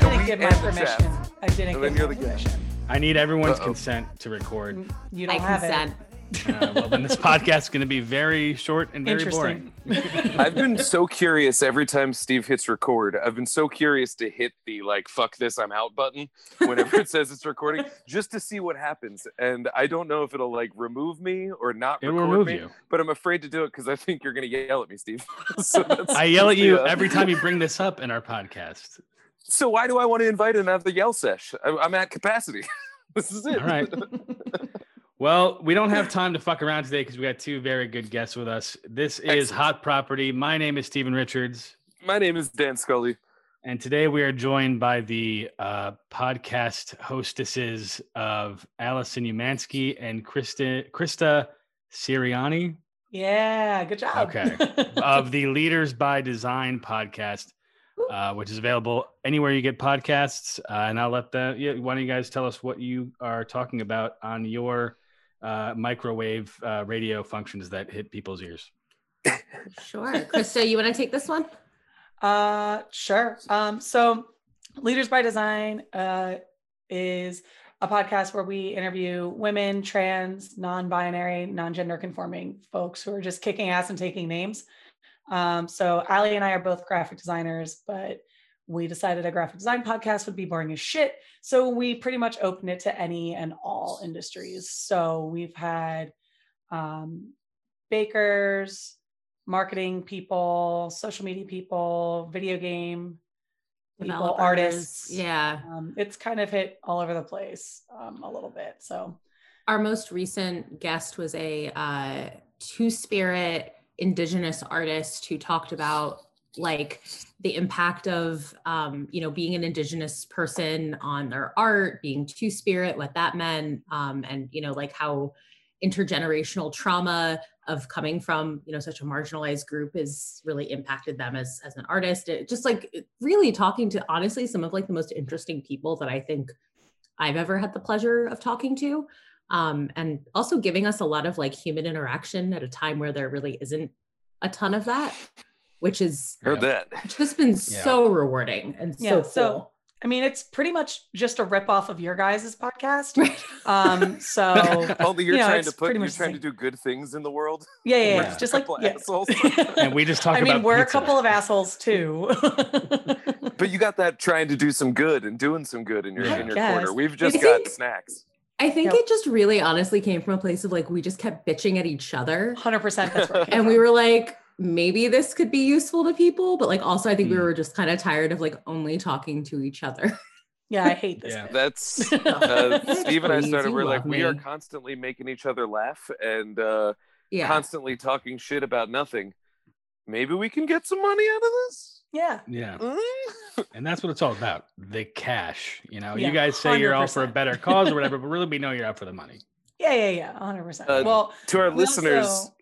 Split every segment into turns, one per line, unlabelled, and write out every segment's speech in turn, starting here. Oh, get my
and the
permission.
chef.
I didn't
And
get
then
my
you're the guest.
permission.
I need everyone's
Uh-oh.
consent to record.
You
I
don't have
consent.
it.
Uh, well, then this podcast is going to be very short and very boring.
Interesting.
I've been so curious every time Steve hits record. I've been so curious to hit the like "fuck this, I'm out" button whenever it says it's recording, just to see what happens. And I don't know if it'll like remove me or not
It will
record
remove
me,
you.
But I'm afraid to do it because I think you're gonna yell at me, Steve. so, that's-
I yell at you
Yeah.
every time you bring this up in our podcast.
so why do I want to invite another yell sesh? I- I'm at capacity. this is it.
All right. Well, we don't have time to fuck around today because we got two very good guests with us. This is
Excellent.
Hot Property. My name is Stephen Richards,
My name is Dan Scully.
and today we are joined by the uh, podcast hostesses of Allison Umansky and Krista, Krista Siriani
yeah, good job.
Okay. of the Leaders by Design podcast, uh, which is available anywhere you get podcasts. Uh, and I'll let the yeah, why don't you guys tell us what you are talking about on your uh, microwave uh, radio functions that hit people's ears.
Sure. Krista, you want to take this one?
Uh, sure. Um, so Leaders by Design uh, is a podcast where we interview women, trans, non binary, non gender conforming folks who are just kicking ass and taking names. Um, so Ali and I are both graphic designers, but we decided a graphic design podcast would be boring as shit. So we pretty much opened it to any and all industries. So we've had um, bakers, marketing people, social media people, video game people,
Developers.
artists.
Yeah.
Um, it's kind of hit all over the place um, a little bit. So
Our most recent guest was a uh, two spirit indigenous artist who talked about like the impact of um, you know being an indigenous person on their art being two spirit what that meant um, and you know like how intergenerational trauma of coming from you know such a marginalized group has really impacted them as as an artist It- just like really talking to honestly some of like the most interesting people that i think i've ever had the pleasure of talking to um, and also giving us a lot of like human interaction at a time where there really isn't a ton of that which is
Heard that.
just been so rewarding and
Yeah, so-
so
I mean, it's pretty much just a ripoff of your guys' podcast.
cool.
Um, so
Only you're
You know,
trying
it's
to put
pretty
you're
much the
trying to do good things in the world.
yeah, yeah, yeah.
Yeah.
just like
Couple
yeah.
assholes.
And we just talk
I mean,
about
we're a
pizza.
couple of assholes too.
But you got that trying to do some good and doing some good in your
Yeah.
in your
Yes.
corner. We've just
You
got
see-
snacks.
I think
Yep.
it just really honestly came from a place of like we just kept bitching at each other.
Hundred percent. That's right.
And we were like, maybe this could be useful to people. But like also I think we
Hmm.
were just kind of tired of like only talking to each other.
Yeah, I hate this.
Yeah.
bit.
That's uh, Steve and I
Please,
started.
you
We're like
love
we are
me.
constantly making each other laugh and uh,
yeah.
constantly talking shit about nothing. Maybe we can get some money out of this.
Yeah.
Yeah,
Mm?
and that's what it's all about. The cash, you know.
Yeah,
you guys say you're all for a
100%.
better cause or whatever, but really we know you're out for the money.
Yeah. Yeah. Yeah. Hundred percent.
Uh,
Well,
To our
we
listeners,
also-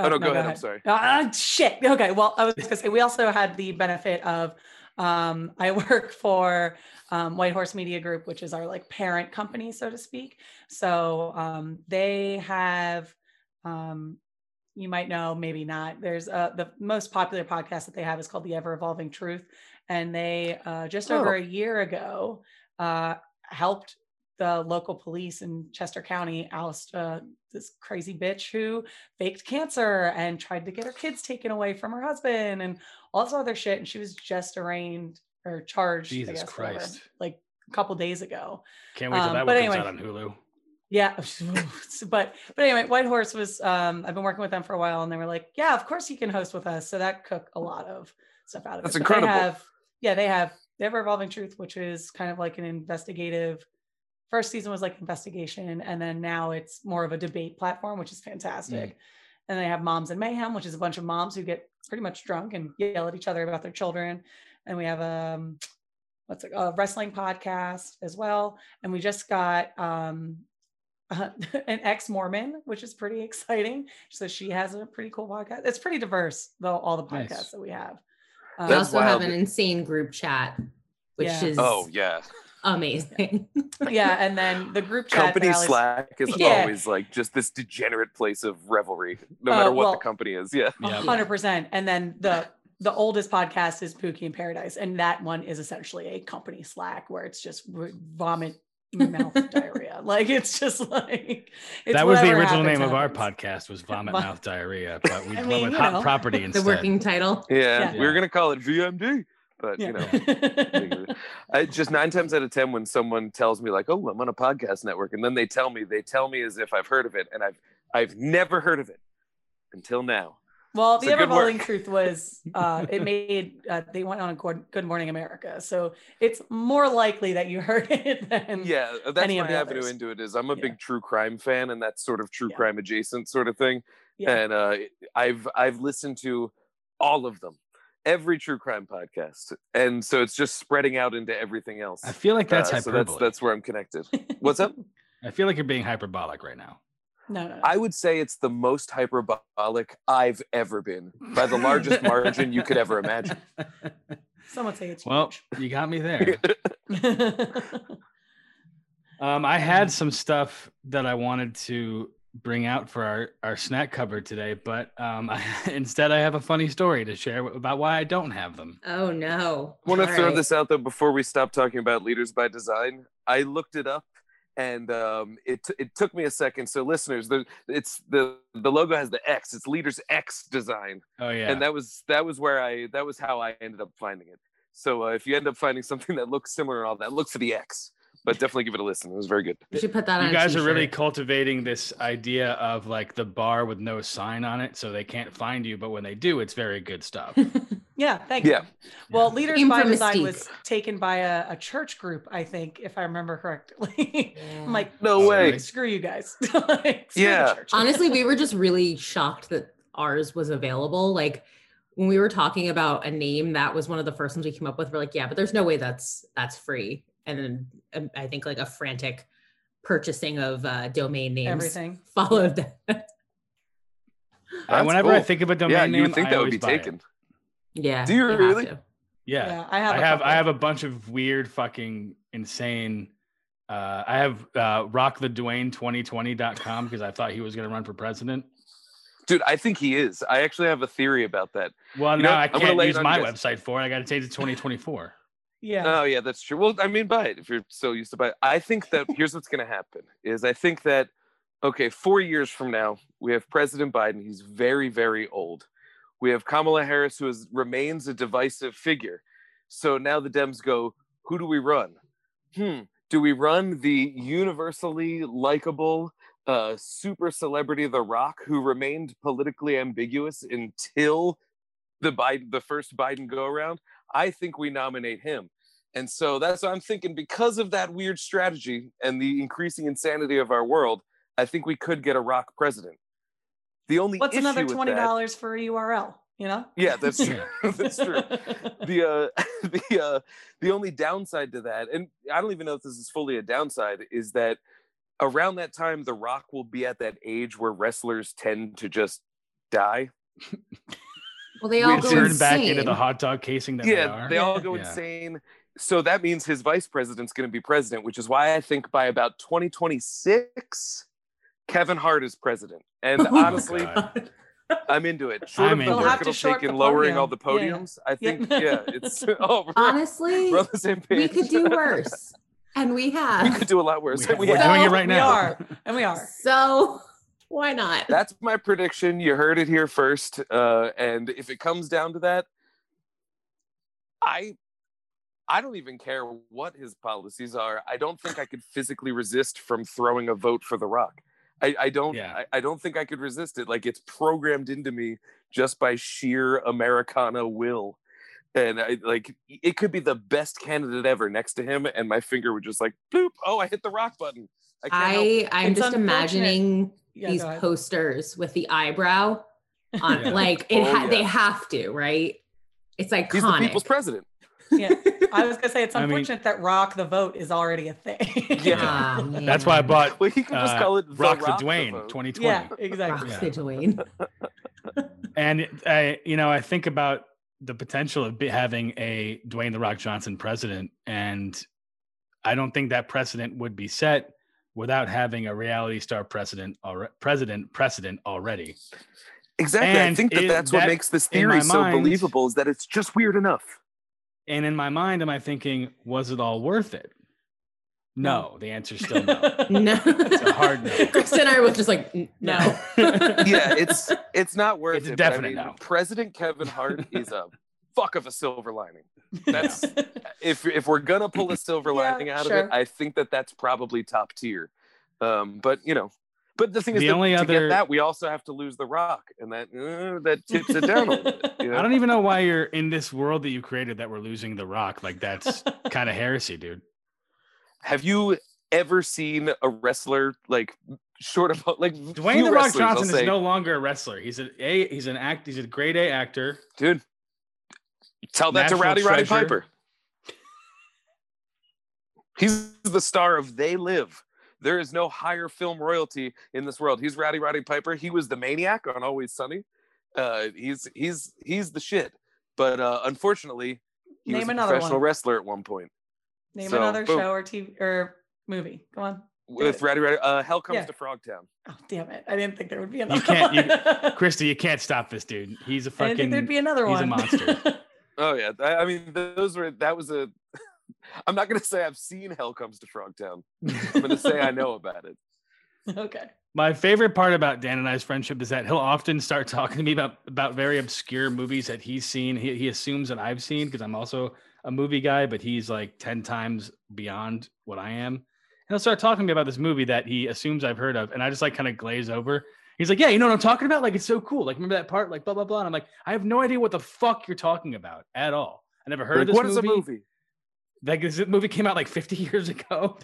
Oh, no, go ahead, I'm sorry.
Ah, shit. Okay. Well, I was going to say, we also had the benefit of, um, I work for um, White Horse Media Group, which is our like parent company, so to speak. So um, they have, um, you might know, maybe not. There's uh, the most popular podcast that they have is called The Ever Evolving Truth. And they uh, just over
Oh.
a year ago uh, helped the local police in Chester County oust uh, this crazy bitch who faked cancer and tried to get her kids taken away from her husband and all this other shit. And she was just arraigned or charged. I
Jesus
guess, whatever,
Christ.
like a couple days ago.
Can't wait till
Um,
that
but
one
anyway.
comes out on Hulu.
Yeah. So, but but anyway, White Horse was um I've been working with them for a while and they were like, Yeah, of course you can host with us. So that cook a lot of stuff out of
That's
it. But
incredible.
They have, yeah, they have they have Revolving Truth, which is kind of like an investigative first season was like investigation, and then now it's more of a debate platform, which is fantastic.
Mm.
And they have Moms in Mayhem, which is a bunch of moms who get pretty much drunk and yell at each other about their children. And we have um what's it a wrestling podcast as well. And we just got um uh, an ex-Mormon, which is pretty exciting. So she has a pretty cool podcast. It's pretty diverse, though, all the podcasts
Nice.
that we have.
we
That's
Um,
also have
wild.
an insane group chat, which
Yeah.
is
oh yeah,
amazing.
yeah, and then the group chat. that
company
Alex-
Slack is
Yeah.
always like just this degenerate place of revelry, no
Oh,
matter what
well-
the company is. Yeah,
A
Yeah.
hundred percent. And then the the oldest podcast is Pookie in Paradise, and that one is essentially a company Slack where it's just vomit mouth diarrhea. Like it's just like it's
that was the
whatever
original
happens,
name of our
happens.
podcast was Vomit
Vom-
Mouth Diarrhea, but we
I
went
mean,
with
you
Hot
know,
Property
the
instead.
working title.
Yeah,
Yeah.
we were gonna call it GMD, but you know.
Yeah.
I just nine times out of ten, when someone tells me like, "Oh, I'm on a podcast network," and then they tell me, they tell me as if I've heard of it, and I've I've never heard of it until now.
well,
It's
the
a good
ever-evolving
work.
truth was uh, it made uh, they went on a Good Good Morning America, so it's more likely that you heard it than
yeah, uh, that's
any of
my
the
avenue
others.
into it is I'm a
Yeah.
big true crime fan, and that's sort of true
Yeah.
crime adjacent sort of thing.
Yeah.
And uh, I've I've listened to all of them, every true crime podcast, and so it's just spreading out into everything else.
I feel like that's
Uh, so
hyperbole.
that's that's where I'm connected. What's up?
I feel like you're being hyperbolic right now.
No, no, no.
I would say it's the most hyperbolic I've ever been by the largest margin you could ever imagine.
Some would say it's
Well, you got me there. Um, I had some stuff that I wanted to bring out for our, our snack cupboard today, but um, instead I have a funny story to share about why I don't have them.
Oh no.
I want to
All
throw
right.
this out though before we stop talking about leaders by design. I looked it up, and um, it t- it took me a second. So listeners, there, it's the the logo has the X. It's leaders X design,
Oh yeah,
and that was that was where I that was how I ended up finding it. So uh, if you end up finding something that looks similar and all that, look for the X. But definitely give it a listen. It was very good.
We should put that on.
you
a
guys are really
t-shirt.
cultivating this idea of like the bar with no sign on it, so they can't find you. But when they do, it's very good stuff.
yeah, thank you.
Yeah,
Well, Leaders
Aim
by
for
Design
mystique.
was taken by a, a church group, I think, if I remember correctly.
Yeah.
I'm like,
no
Oh,
way.
really?
screw you guys. Like, screw the
Yeah.
church.
honestly, we were just really shocked that ours was available. Like when we were talking about a name, that was one of the first ones we came up with. We're like, yeah, but there's no way that's that's free. And then um, I think like a frantic purchasing of uh, domain names
everything.
followed that.
And
That's
whenever I
cool.
think of a domain
Yeah,
name,
you would think
I
that would
always
be
buy it.
taken.
yeah.
Do you
have
really?
to.
Yeah,
Yeah, I have.
I
a
have I
couple.
have a bunch of weird fucking insane. Uh, I have uh, rockthedwayne2020.com because I thought he was going to run for president.
Dude, I think he is. I actually have a theory about that.
Well,
You
now
know,
I
I'm gonna
can't
lay it
use
on
my
you guys.
website for it. I got to take it to 2024.
Yeah.
Oh yeah, that's true. Well, I mean, buy it if you're so used to buy. It. I think that here's what's going to happen is I think that okay, four years from now we have President Biden. He's very very old. We have Kamala Harris, who is remains a divisive figure. So now the Dems go, who do we run? Hmm. Do we run the universally likable uh, super celebrity The Rock, who remained politically ambiguous until the Biden, the first Biden go around? I think we nominate him. And so that's what I'm thinking. Because of that weird strategy and the increasing insanity of our world, I think we could get a rock president. The only
What's
issue
another
with that-
twenty dollars for a URL? You know.
Yeah, that's true. that's true the uh the uh the only downside to that and i don't even know if this is fully a downside is that around that time the rock will be at that age where wrestlers tend to just die
Well, they
We
Oh,
all
I'll
go
turn
Turned
insane.
back into the hot dog casing that they
yeah
are.
they, all go
Yeah.
insane so that means his vice president's going to be president which is why i think by about 2026 kevin hart is president and
Oh my
honestly
God.
i'm into it short of
I'm into
the
it. We'll have
work
to
it'll
short
take in
the
lowering
podium.
all the
Yeah, yeah.
podiums i think
Yep.
yeah it's oh we're,
Honestly,
we're on the same
we
page
could do worse, and we
we
have.
could do a lot worse
We,
We
are
have.
doing it
So,
right
we
now.
are. and we are.
So why not?
That's my prediction. You heard it here first. Uh, and if it comes down to that, I I don't even care what his policies are. I don't think I could physically resist from throwing a vote for The Rock. I, I don't
Yeah.
I, I don't think I could resist it. Like it's programmed into me just by sheer Americana will. And I like it could be the best candidate ever next to him, and my finger would just like bloop. Oh, I hit the rock button. I can't help
I I'm
It's
just
unfortunate.
imagining
Yeah,
these
go ahead.
posters with the eyebrow on
Yeah.
like it
Oh,
ha-
yeah.
they have to, right? It's iconic.
He's the people's president.
I was gonna say it's
I mean-
unfortunate that Rock the Vote is already a thing.
Yeah.
Ah,
That's why I
man.
bought
Well, he can just
Uh,
call it the
Rock the
to
Dwayne
vote.
2020.
Yeah, exactly.
Rocks
Yeah.
the Dwayne.
And I, you know, I think about the potential of be- having a Dwayne the Rock Johnson president, and I don't think that precedent would be set without having a reality star president already. President precedent already.
Exactly. I
And
think that
it-
that's what
that-
makes this
in
theory
my
so
mind-
believable is that it's just weird enough.
And in my mind, am I thinking, was it all worth it? No, the answer's still no.
No.
It's a hard no.
Kristen and I were just like, "N- no.
Yeah, it's it's not worth
It's a
it. but I
definite
mean,
no.
President Kevin Hart is a fuck of a silver lining. That's if if we're gonna pull a silver
Yeah,
lining out of it,
sure.
I think that that's probably top tier. Um, but you know, but the thing is,
The
that
only
to get
other-
that we also have to lose the Rock, and that uh, that tips it down. A little bit, you know?
I don't even know why you're in this world that you created that we're losing the rock. Like that's kind of heresy, dude.
Have you ever seen a wrestler like short of like
Dwayne
few
the Rock
wrestlers, I'll
Johnson
say,
is no longer a wrestler. He's an A he's an act he's a grade A actor.
dude? Tell that to
National
Rowdy Roddy
treasure.
Piper. He's the star of They Live. There is no higher film royalty in this world. He's Rowdy Roddy Piper. He was the maniac on Always Sunny. Uh, he's he's he's the shit. But uh, unfortunately, he
Name
was a
another
professional
one.
wrestler at one point
Name
so,
another
boom.
show or TV or movie. Go on.
with
it.
Rowdy Roddy. Uh, Hell comes
Yeah.
to Frogtown.
Oh damn it! I didn't think there would be another.
can't- you-
One. I
Christy, you can't stop this dude. He's a
didn't think there'd
fucking
be another
he's a
one.
monster.
Oh yeah, I, I mean those were that was a. I'm not gonna say I've seen Hell Comes to Frogtown. I'm gonna say I know about it.
okay.
my favorite part about Dan and I's friendship is that he'll often start talking to me about about very obscure movies that he's seen. He, he assumes that I've seen because I'm also a movie guy, but he's like 10 times beyond what I am. And he'll start talking to me about this movie that he assumes I've heard of. And I just like kind of glaze over. He's like, Yeah, you know what I'm talking about? Like, it's so cool. Like, remember that part? Like, blah, blah, blah. And I'm like, I have no idea what the fuck you're talking about at all. I never heard
Like,
of this
what is
movie.
a movie?
Like, this movie came out like 50 years ago.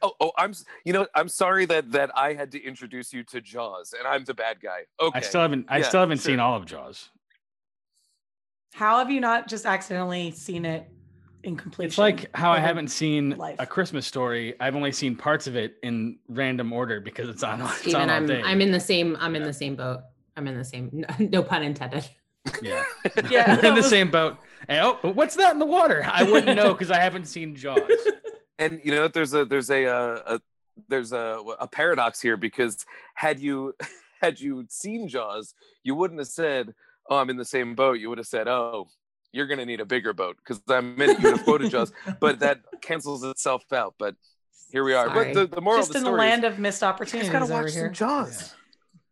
Oh, oh, I'm. s- You know, I'm sorry that that I had to introduce you to Jaws, and I'm the bad guy. Okay,
I still haven't, I
Yeah,
still haven't
sure.
seen all of Jaws.
How have you not just accidentally seen it in completion?
It's like how I
over
haven't seen
life.
a Christmas story. I've only seen parts of it in random order because it's on. It's
Steven,
on all
I'm
day.
I'm in the same I'm in the same boat. I'm in the same no, no pun intended.
yeah,
Yeah,
I'm in
that
the
was-
same boat. And, oh, but what's that in the water? I wouldn't know because I haven't seen Jaws.
and you know, there's a there's a, uh a there's a a paradox here because had you had you seen Jaws, you wouldn't have said, "Oh, I'm in the same boat." You would have said, "Oh." You're gonna need a bigger boat because I'm in it. You would have quoted Jaws, but that cancels itself out. But here we are.
Sorry.
But the, the moral
just
of the
in the
story is-
land of missed
You
opportunities
just gotta
over
watch
here.
some Jaws.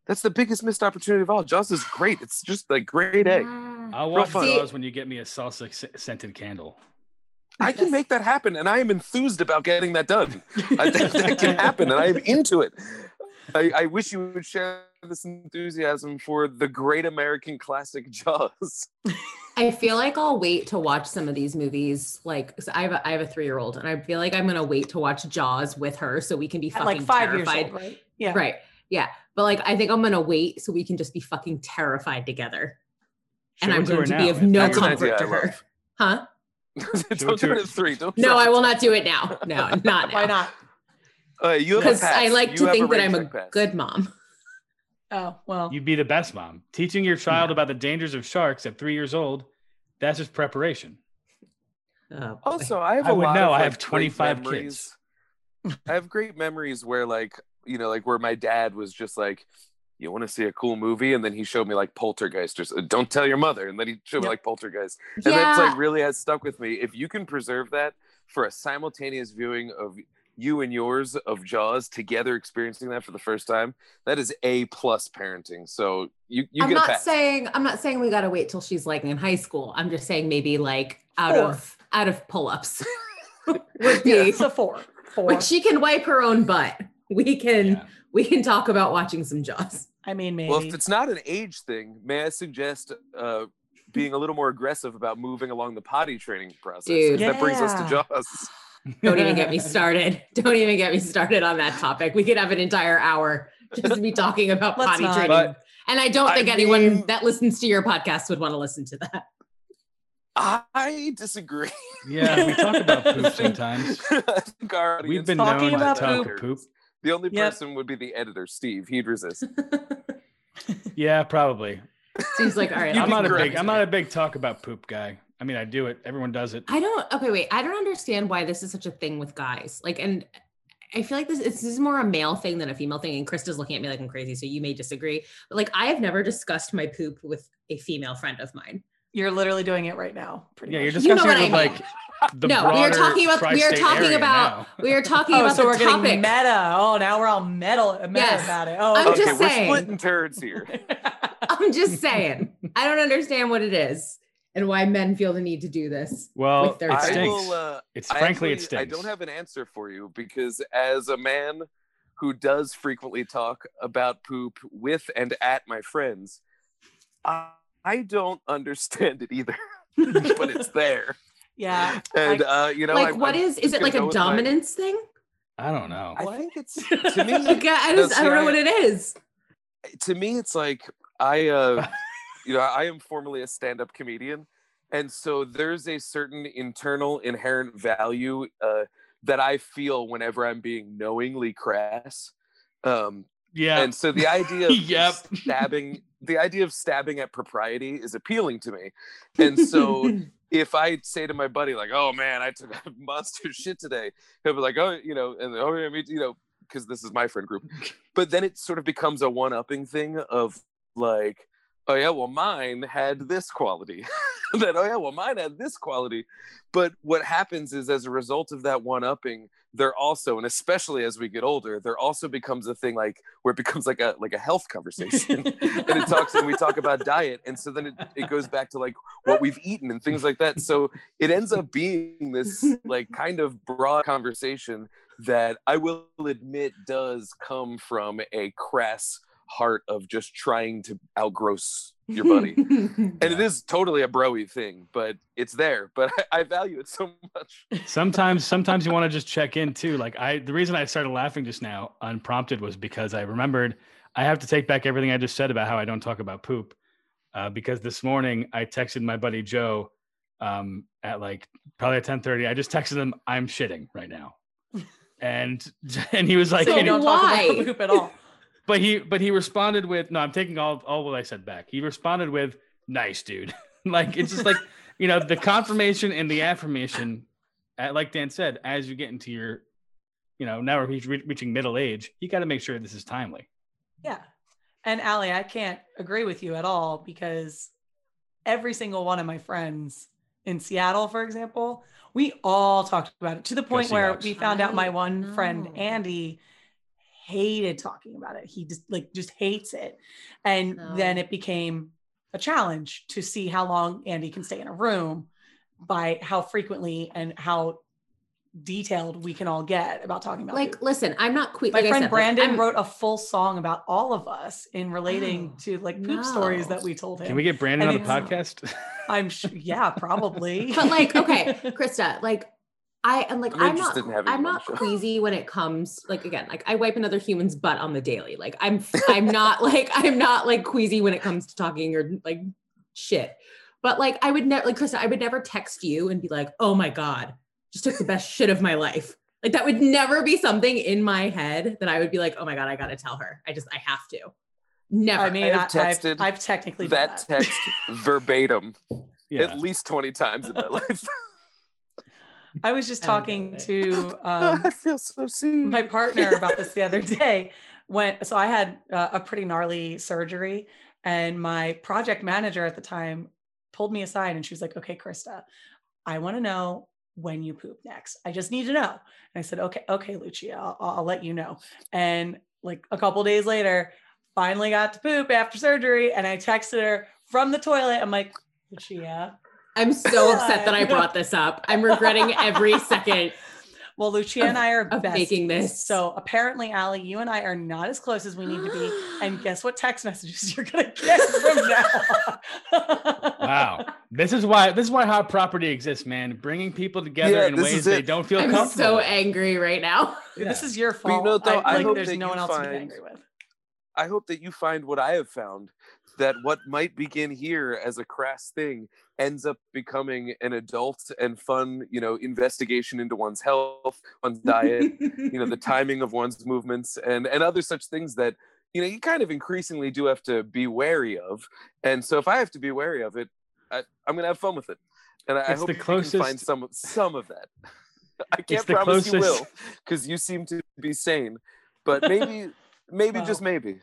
That's the biggest missed opportunity of all. Jaws is great. It's just like grade A.
Yeah.
I'll watch
fun.
Jaws when you get me a salsa s- scented candle.
I can make that happen, and I am enthused about getting that done. I think that can happen, and I am into it. I, I wish you would share this enthusiasm for the great American classic Jaws.
I feel like I'll wait to watch some of these movies. Like 'cause I have a, I have a three year old, and I feel like I'm gonna wait to watch Jaws with her so we can be
At
fucking
like five
terrified.
years old, right? Yeah.
Right. Yeah. But like I think I'm gonna wait so we can just be fucking terrified together. And
Show
I'm
it to her
going to be
now.
of no
That's an idea
comfort
I
to her. Huh?
Don't do it at three. Don't
No,
try.
I will not do it now. No, not
Why
now.
not?
Uh, you have a
Because
pass.
I like
You
to
have
think that
rain
I'm a
check pass.
good mom.
Oh well.
You'd be the best mom. Teaching your child about the dangers of sharks at three years old. That's just preparation.
Oh, boy.
Also, I have
I
a
would
lot
know.
of,
I
like,
have
great
25
memories. I have great memories where like, you know, like where my dad was just like, you want to see a cool movie? And then he showed me like Poltergeist or s- uh, don't tell your mother. And then he showed me
Yep.
like Poltergeist. And that's
yeah.
like really has stuck with me. If you can preserve that for a simultaneous viewing of you and yours of Jaws together experiencing that for the first time, that is A plus parenting. So you, you
I'm
get a
not
pass.
saying I'm not saying we gotta wait till she's like in high school. I'm just saying maybe like out
Four.
of out of pull-ups would be
It's a four. Four.
when she can wipe her own butt. We can
Yeah.
we can talk about watching some Jaws.
I mean, maybe.
Well, if it's not an age thing, may I suggest uh, being a little more aggressive about moving along the potty training process? 'cause
Dude.
That brings us to
Yeah.
Jaws.
Don't even get me started. Don't even get me started on that topic. We could have an entire hour just be talking about
Let's
potty
not.
training.
But-
and I don't
I
think anyone
mean-
that listens to your podcast would want to listen to that.
I disagree.
Yeah, we talk about poop sometimes.
I think our
We've
audience-
been
Talking
known
about
to talk
poop.
poop.
the only
Yep.
person would be the editor, Steve. He'd resist.
Yeah, probably.
Seems like all right.
You'd
I'm
be
I'll-
not a
correct.
big. I'm not a big talk about poop guy. I mean, I do it. Everyone does it.
I don't okay, wait. I don't understand why this is such a thing with guys. Like and I feel like this, it's, this is more a male thing than a female thing. And Krista's looking at me like I'm crazy, so you may disagree. But like, I have never discussed my poop with a female friend of mine.
You're literally doing it right now. Pretty
Yeah,
much.
you're
You know
discussing
what
it with
I mean.
like the
no, we are
broader
talking about we are
tri-state
talking
area
about
now.
we are talking
Oh,
about
so
the
we're
topic.
getting meta. Oh, now we're all metal, metal
Yes.
about it. Oh,
I'm
okay,
okay.
just
we're
saying.
splitting turds here.
I'm just saying. I don't understand what it is and why men feel the need to do this.
well,
with their
it
I
stinks.
will. Uh,
it's
I
frankly it
actually-
stinks.
I don't have an answer for you because as a man who does frequently talk about poop with and at my friends, I, I don't understand it either, but it's there.
yeah.
And uh, you know,
like,
I'm-
what
I'm-
is is it
gonna
like
go
a
with my-
dominance thing?
I don't know.
I think it's to me.
Like, I, I
No,
just, I
see,
don't know
I-
what it is.
to me it's like i uh you know i am formerly a stand-up comedian and so there's a certain internal inherent value uh that i feel whenever i'm being knowingly crass um
Yeah.
and so the idea of
Yep.
stabbing the idea of stabbing at propriety is appealing to me and so if I say to my buddy like, "Oh man, I took a monster shit today," he'll be like, "Oh, you know," and oh yeah, me, too," you know, because this is my friend group. But then it sort of becomes a one-upping thing of like, "Oh yeah, well mine had this quality," then "Oh yeah, well mine had this quality." But what happens is, as a result of that one-upping, there also, and especially as we get older, there also becomes a thing like where it becomes like a like a health conversation and it talks and we talk about diet and so then it, it goes back to like what we've eaten and things like that so it ends up being this like kind of broad conversation that i will admit does come from a crass heart of just trying to outgross your buddy and it is totally a broy thing but it's there but i, I value it so much
sometimes sometimes you want to just check in too like i the reason i started laughing just now unprompted was because i remembered i have to take back everything i just said about how i don't talk about poop uh, because this morning i texted my buddy joe um, at like probably at 10 30 i just texted him i'm shitting right now and and he was like
so you
and he-
don't talk
why?
about poop at all.
but he but he responded with no i'm taking all all what i said back he responded with nice dude like it's just like you know the confirmation and the affirmation uh, like dan said as you get into your you know now we're re- reaching middle age you got to make sure this is timely
Yeah. And Allie, I can't agree with you at all because every single one of my friends in Seattle, for example, we all talked about it to the point
Jesse
where
Knox.
we found out my one friend
No.
Andy hated talking about it. He just like just hates it. And
No.
then it became a challenge to see how long Andy can stay in a room by how frequently and how detailed we can all get about talking about poop
like, listen, I'm not queer.
my
like I
friend
said, like,
Brandon
I'm-
wrote a full song about all of us in relating
Oh,
to like poop
no.
stories that we told him.
can we get brandon
I
on the
think
podcast
I'm sh- yeah, probably.
but like okay krista like i am like
I'm
i'm not
interested in having
i'm
you on
not
the show.
queasy when it comes like again like i wipe another human's butt on the daily like i'm i'm not like i'm not like queasy when it comes to talking or like shit but like i would never like krista i would never text you and be like oh my god just took the best shit of my life like that would never be something in my head that i would be like oh my god i gotta tell her i just i have to never
I mean, I
I have
have
texted
I've, technically done
that
that.
text verbatim
yeah
at least 20 times in my life
I was just
I don't
talking
get
to um,
Oh, i feel so seen
my partner about this the other day when so i had uh, a pretty gnarly surgery and my project manager at the time pulled me aside and she was like okay krista i want to know when you poop next i just need to know and i said okay okay lucia i'll, I'll let you know and like a couple days later finally got to poop after surgery and i texted her from the toilet i'm like lucia
i'm so upset that i brought this up i'm regretting every second
well lucia and i are
of
best
making this.
so apparently Allie, you and i are not as close as we need to be And guess what text messages you're gonna get from now?
wow this is why this is why hot property exists man bringing people together
Yeah,
in
this
ways
is
they
it.
don't feel
I'm
comfortable
so angry right now.
Yeah.
This is your
you
fault.
know, though, I
like,
hope
there's
that
no
you
one else to be
find-
angry with.
I hope that you find what I have found that what might begin here as a crass thing ends up becoming an adult and fun, you know, investigation into one's health, one's diet, you know, the timing of one's movements and and other such things that you know you kind of increasingly do have to be wary of. And so if I have to be wary of it, I, I'm gonna have fun with it. And I, I
It's
hope
the
you can find
closest-
some some of that. I can't
the
promise you
closest-
will because you seem to be sane, but maybe, maybe just maybe.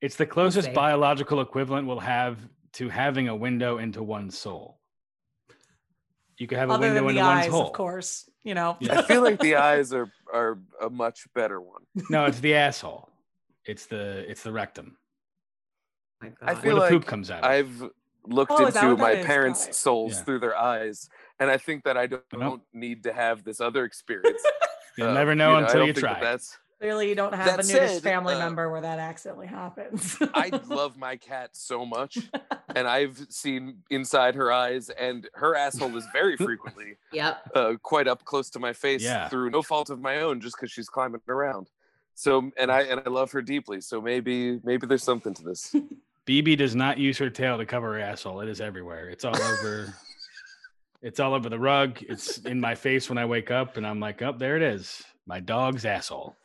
It's the closest
Okay.
biological equivalent we'll have to having a window into one's soul. You could have a
Other
window
than the
into
eyes,
one's hole.
of course. You know.
Yeah.
I feel like the eyes are are a much better one.
No, it's the asshole. It's the it's the rectum.
Oh my God.
I
Where
feel
the
like
poop comes out. of.
I've looked
Oh, is that
into
what that
my
is?
parents'
Got it.
souls
Yeah.
through their eyes, and I think that I don't,
Nope.
don't need to have this other experience.
You'll
Uh,
never know
I
until
don't
you
think that
try.
that's.
Clearly, you don't have
That
a nudist
said,
family
uh,
member where that accidentally happens.
I love my cat so much, and I've seen inside her eyes, and her asshole is very frequently
Yep.
uh, quite up close to my face
Yeah.
through no fault of my own, just because she's climbing around. So, and I and I love her deeply. So maybe maybe there's something to this.
BB does not use her tail to cover her asshole. It is everywhere. It's all over. it's all over the rug. It's in my face when I wake up, and I'm like, "Up oh, there it is, my dog's asshole."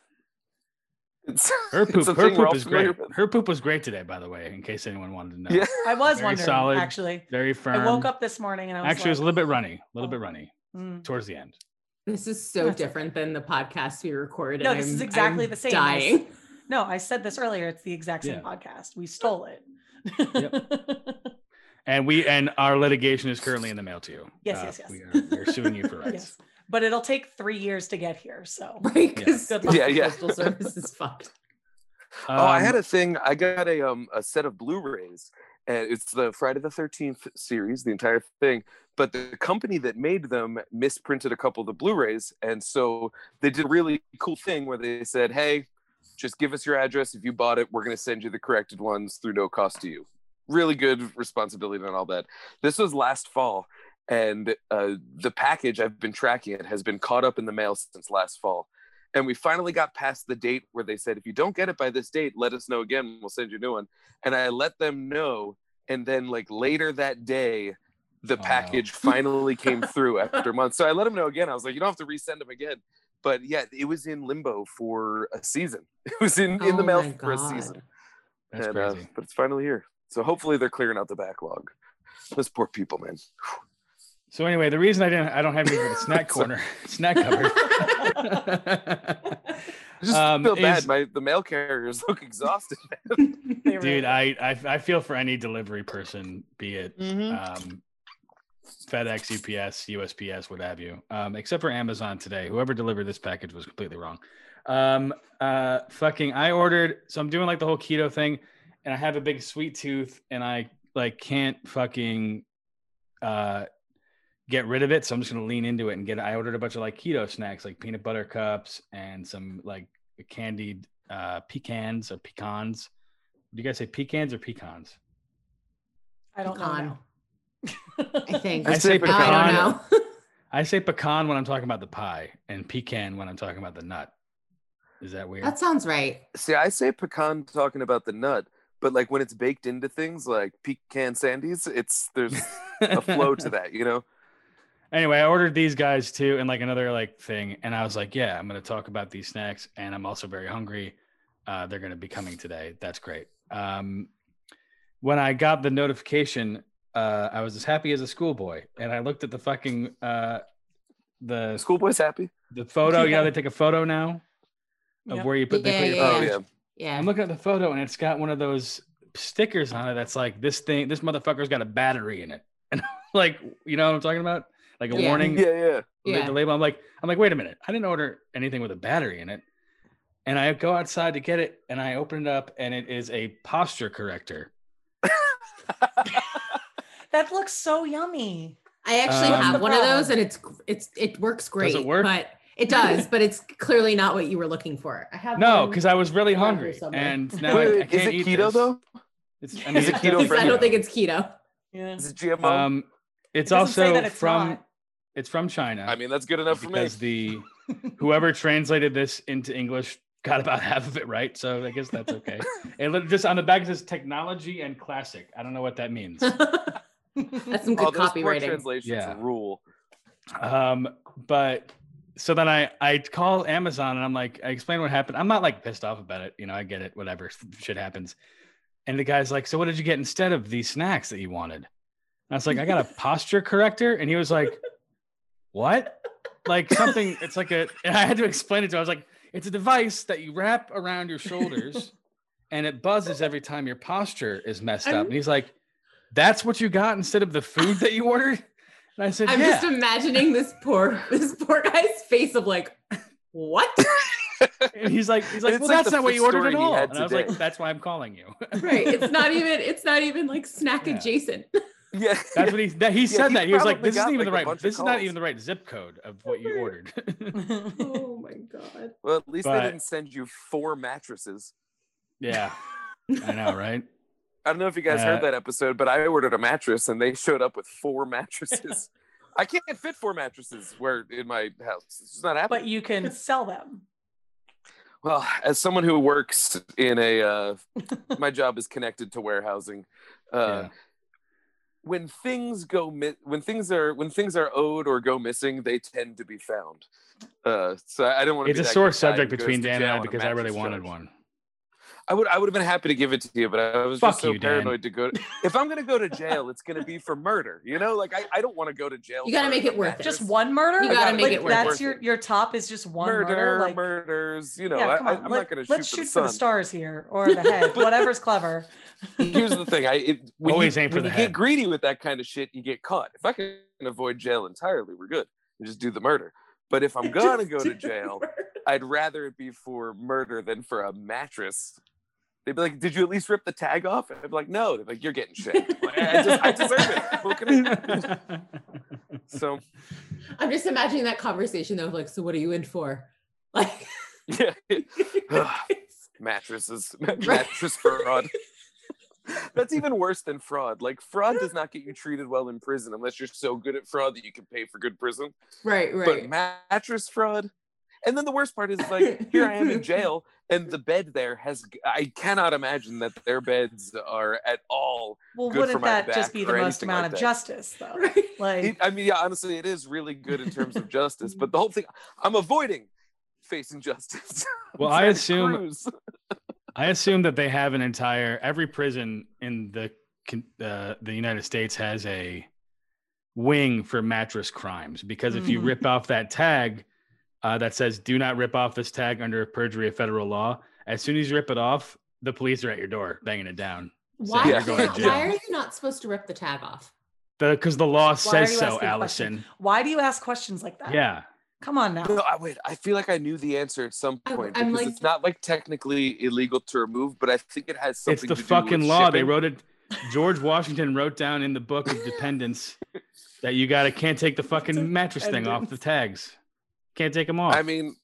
It's,
Her
it's
poop.
a
Her
thing we're
poop
all
is great.
familiar with.
Her poop was great today, by the way. In case anyone wanted to know,
Yeah.
I was
Very
wondering
solid.
actually.
very firm.
I woke up this morning and I was
Actually, it was a
like,
little bit runny. A little bit runny
"Mm."
towards the end.
This is so
That's
different than the podcast we recorded.
No, this is exactly the same. I s-
Dying.
No, I said this earlier. It's the exact same
Yeah.
podcast. We stole it.
And we and our litigation is currently in the mail to you. Uh,
Yes, yes, yes.
We are, we are suing you for rights.
yes. But it'll take three years to get here. So
Right? Because
Good
the
luck.
Yeah, yeah.
postal service is fucked.
Oh, I
Um,
had a thing. I got a um a set of Blu-rays, and it's the Friday the Thirteenth series, the entire thing. But the company that made them misprinted a couple of the Blu-rays, and so they did a really cool thing where they said, "Hey, just give us your address. If you bought it, we're going to send you the corrected ones through no cost to you." Really good responsibility and all that. This was last fall, and uh, the package I've been tracking it has been caught up in the mail since last fall and we finally got past the date where they said if you don't get it by this date let us know again we'll send you a new one and i let them know and then like later that day the
Oh, no.
package finally came through after months so i let them know again i was like you don't have to resend them again but yeah it was in limbo for a season it was in, in
Oh
the mail
my
for a
God.
season
That's
And, uh,
crazy.
but it's finally here so hopefully they're clearing out the backlog those poor people man
So anyway, the reason I didn't I don't have any for the snack corner, snack cupboard.
i just
Um,
feel bad
is-
my the mail carriers look exhausted
They
Dude,
were-
I, I I feel for any delivery person, be it
Mm-hmm.
um, FedEx, UPS, USPS, what have you, um, except for Amazon today. Whoever delivered this package was completely wrong. Um, uh, fucking, I ordered, so I'm doing like the whole keto thing, and I have a big sweet tooth, and I like can't fucking uh, get rid of it. So I'm just gonna lean into it and get. I ordered a bunch of like keto snacks, like peanut butter cups and some like candied uh, pecans or pecans. Do you guys say pecans or pecans?
I don't know.
Pecan.
now.
I think.
I
It's
say
a
Now I
pecan.
don't know.
I say pecan when I'm talking about the pie, and pecan when I'm talking about the nut. Is that weird?
that sounds right.
See, I say pecan talking about the nut, but like when it's baked into things like pecan sandies, it's there's a flow to that, you know?
Anyway, I ordered these guys too, and like another like thing, and I was like, yeah, I'm gonna talk about these snacks, and I'm also very hungry. Uh, they're gonna be coming today. That's great. Um, when I got the notification, uh, I was as happy as a schoolboy, and I looked at the fucking uh,
The
the
schoolboy's happy.
the photo. You know,
Yeah.
they take a photo now of
Yep.
where you put they
Yeah,
put your
yeah,
Oh
photo.
yeah.
Yeah.
I'm looking at the photo and it's got one of those stickers on it that's like this thing, this motherfucker's got a battery in it. And I'm like, you know what I'm talking about? Like a
Yeah.
warning,
Yeah, yeah.
like
yeah.
the label. I'm like, I'm like, wait a minute. I didn't order anything with a battery in it. And I go outside to get it and I open it up and it is a posture corrector.
That looks so yummy.
I actually
Um,
have one of those,
Problem.
and it's it's it works great.
it work?
But it does, but it's clearly not what you were looking for. I have
No,
one-
because I was really
Yeah,
hungry.
somewhere.
And
Wait,
now I, I
wait,
can't
is it
eat
keto
this.
though?
It's, I mean,
Is it
it's
keto
definitely
for
I
you?
don't think it's keto.
Yeah. It
Is it GMO?
Um, it's
doesn't say
also
that it's
from
not.
it's from China.
I mean, that's good enough for me.
because the whoever translated this into English got about half of it right. So I guess that's okay. And look, just on the back it says technology and classic. I don't know what that means.
That's some good
All Oh, those poor
copywriting.
translations
Yeah.
rule.
Um, but so then I I call Amazon and I'm like I explain what happened. I'm not like pissed off about it. You know I get it. Whatever shit happens. And the guy's like, so what did you get instead of these snacks that you wanted? And I was like, I got a posture corrector, and he was like, what? like something. It's like a. And I had to explain it to. Her. I was like, it's a device that you wrap around your shoulders, and it buzzes every time your posture is messed
I'm-
up. And he's like, that's what you got instead of the food that you ordered. And I said,
I'm
yeah.
just imagining this poor this poor guy's face of like, what?
and he's like, he's like,
It's
well,
like
that's
the
not what
food
you ordered
story
at
he
all.
had
And I was like,
today.
that's why I'm calling you.
Right. It's not even it's not even like snack
Yeah.
adjacent.
yeah.
That's what he that he said
he
that. He was like,
probably
this isn't
got,
even
like,
the
a
right
bunch of
this is
calls.
not even the right zip code of what you ordered.
Oh my god.
Well, at least
But-
they didn't send you four mattresses.
yeah. I know, right?
I don't know if you guys
Uh,
heard that episode, but I ordered a mattress and they showed up with four mattresses. I can't fit four mattresses where in my house. It's just not happening.
but you can sell them.
well, as someone who works in a, uh, my job is connected to warehousing. Uh,
Yeah.
When things go, mi- when things are, when things are owed or go missing, they tend to be found. Uh, so I don't want to.
It's a sore subject between Dan and I because I really wanted one.
I would I would have been happy to give it to you, but I was
Fuck
just so
you, Dan.
paranoid to go. if I'm gonna go to jail, it's gonna be for murder. You know, like I, I don't want to go to jail.
You gotta
for
make it
a
worth it.
mattress.
just one murder.
You gotta make
like,
it worth
That's
it.
your your top is just one
murder,
murder. like,
murders. You know,
yeah,
I,
come
I,
on.
I'm not
Let-
gonna shoot
Let's
for
shoot
the
for
sun.
the stars here or the head, whatever's clever.
Here's the thing: I it, when
Always
you,
aim for
when
the
you
head.
get greedy with that kind of shit, you get caught. If I can avoid jail entirely, we're good. And just do the murder. But if I'm gonna go to jail, I'd rather it be for murder than for a mattress. They'd be like, "Did you at least rip the tag off?" And I'd be like, "No." They're like, "You're getting shanked." I'm like, I, just, I deserve it. What can I- So
I'm just imagining that conversation though, like, so what are you in for?
yeah,
Like
mattresses, mattress fraud. That's even worse than fraud. Like fraud does not get you treated well in prison unless you're so good at fraud that you can pay for good prison.
right,
But
right.
mattress fraud. And then the worst part is like here I am in jail and the bed there has I cannot imagine that their beds are at all.
Well,
Good for
wouldn't
my
that just
back
be the
or
most
anything
amount
like
of
that.
justice though?
Right.
Like
it- I mean, yeah, honestly, it is really good in terms of justice, but the whole thing I'm avoiding facing justice. I'm
Well, I
trying to
assume-
cruise.
I assume that they have an entire every prison in the con- uh, the United States has a wing for mattress crimes because if you
Mhm.
rip off that tag uh, that says "Do not rip off this tag under perjury of federal law," as soon as you rip it off, the police are at your door banging it down.
Why,
Yeah.
are you
Going to
not,
jail.
why are you not supposed to rip the tag off?
Because the, law
are
says
you
so,
asking
Allison.
why do you ask questions like that?
Yeah,
Come on now.
No, I wait. I feel like I knew the answer at some
I'm-
point
I'm
because
like-
it's not like technically illegal to remove, but I think it has
it's
something.
the
to do
fucking
with
law. They
shipping.
wrote it. George Washington wrote down in the Book of Dependence that you gotta can't take the fucking mattress thing off the tags. Can't take them off.
I mean,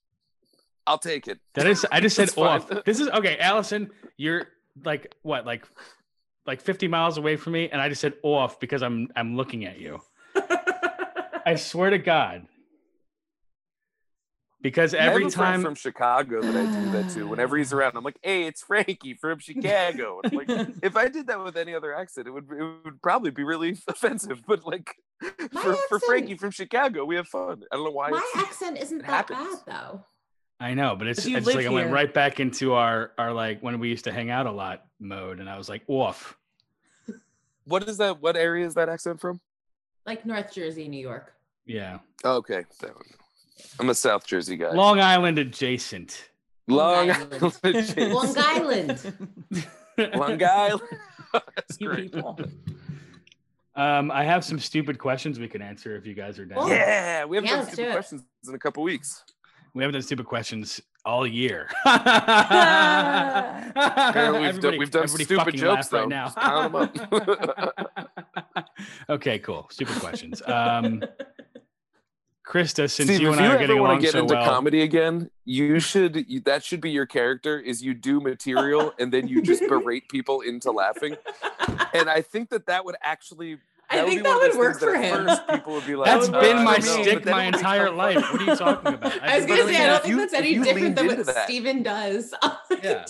I'll take it.
That is, I just said
It's fine.
off. This is okay, Allison. You're like what, like, like fifty miles away from me, and I just said off because I'm I'm looking at you. I swear to God, because
I have
every
a friend
time
from Chicago that I do that to, whenever he's around, I'm like, "Hey, it's Frankie from Chicago." And I'm like, if I did that with any other accent, it would it would probably be really offensive. But like, for, for
accent-
Frankie from Chicago, we have fun. I don't know why.
My
it's-
accent isn't
It
that bad
happens.
though.
I know, but it's,
You
it's like
live
I went
here.
right back into our our like when we used to hang out a lot mode, and I was like off.
what is that? What area is that accent from?
Like North Jersey, New York.
Yeah,
Oh, okay, that one. I'm a South Jersey guy.
Long Island adjacent.
Long
Long
Island.
Island.
Jason.
Long Island.
Long Island. That's
you
great.
people.
Um, I have some stupid questions we can answer if you guys are down.
Oh.
Yeah, we haven't
Yeah,
done
let's do
stupid
it.
questions in a couple weeks.
We haven't done stupid questions all year.
we've
Everybody-
done- we've done
everybody
stupid
fucking
jokes,
laugh
though. Just count 'em
okay, cool. Stupid questions. Um, Krista, since
Steve,
you
if
and I
you
are
ever
getting
want
along
to get
so
into
well,
comedy again, you should. You, that should be your character. Is you do material and then you just berate people into laughing. And I think that that would actually.
I
be one
think that
of
would
those things
work
that
for
at
him.
First, people would be like, "Oh,
that's
would
been
work
my
for me,
stick my entire life. What are you talking about?
I was
I've
gonna
But
been-
say I
if
don't think
you-
that's
if
any
you
different
leaned
than
into
what
that-
Steven does.
Yeah.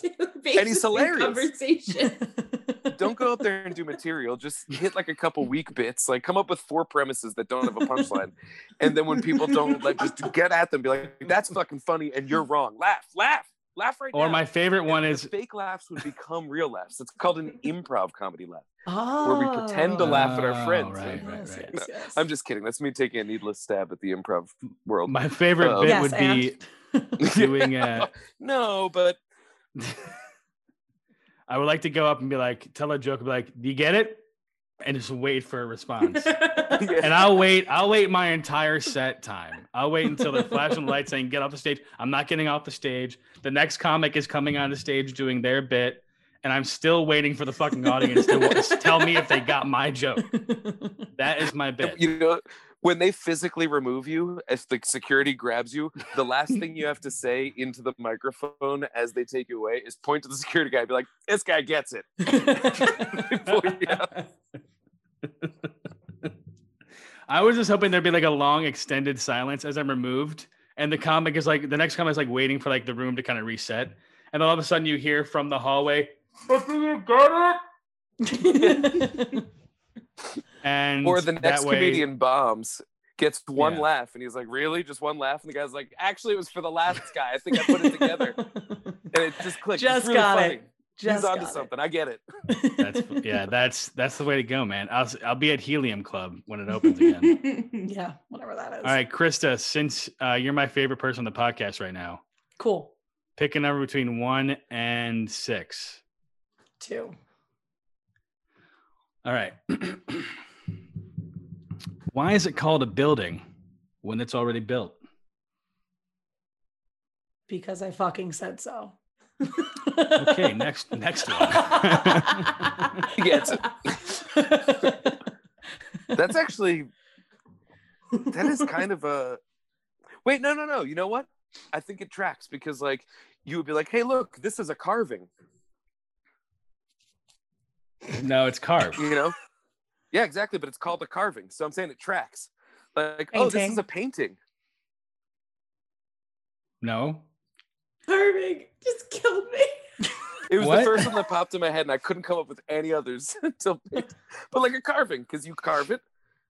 And he's hilarious.
Conversation.
don't go out there and do material. Just hit like a couple weak bits. Like come up with four premises that don't have a punchline, and then when people don't, like just get at them. Be like, "That's fucking funny," and you're wrong. Laugh, laugh. Laugh right
Or
now.
my favorite
And
one
the
is
fake laughs would become real laughs. It's called an improv comedy laugh,
Oh.
where we pretend to laugh at
Oh,
our friends.
right,
And-
right,
Yes,
right.
yes, yes.
I'm just kidding. That's me taking a needless stab at the improv world.
my favorite
Uh,
bit
Yes,
would be
and-
doing uh, a.
no, but
I would like to go up and be like, tell a joke, be like, "Do you get it?" And just wait for a response. and I'll wait. I'll wait my entire set time. I'll wait until they're flashing lights saying "get off the stage." I'm not getting off the stage. The next comic is coming on the stage doing their bit, and I'm still waiting for the fucking audience to wa- tell me if they got my joke. That is my bit.
you know when they physically remove you if the security grabs you the last thing you have to say into the microphone as they take you away is point to the security guy and be like this guy gets it
I was just hoping there'd be like a long extended silence as I'm removed. And the comic is like the next comic is like waiting for like the room to kind of reset. And then all of a sudden you hear from the hallway, "But do you get it? And
or the next
that way-
comedian bombs gets one
Yeah.
laugh and he's like really just one laugh and the guy's like actually it was for the last guy i think i put it together and it just clicked It's
Just
really
got it.
funny.
Just
he's onto
got it.
something i get it
That's yeah, that's that's the way to go, man. I'll s- I'll be at Helium Club when it opens again.
Yeah, whatever that is.
all right, Krista, since uh, you're my favorite person on the podcast right now,
Cool.
pick a number between one and six.
Two.
All right. Why is it called a building when it's already built?
Because I fucking said so.
Okay, next next one.
He gets it. that's actually that is kind of a wait no no no you know what i think it tracks because like you would be like hey look this is a carving
no, it's carved.
you know yeah exactly but it's called a carving so i'm saying it tracks like oh this
Painting.
is a painting
No.
Carving just killed me.
it was
What?
the first one that popped in my head and i couldn't come up with any others until but like a carving because you carve it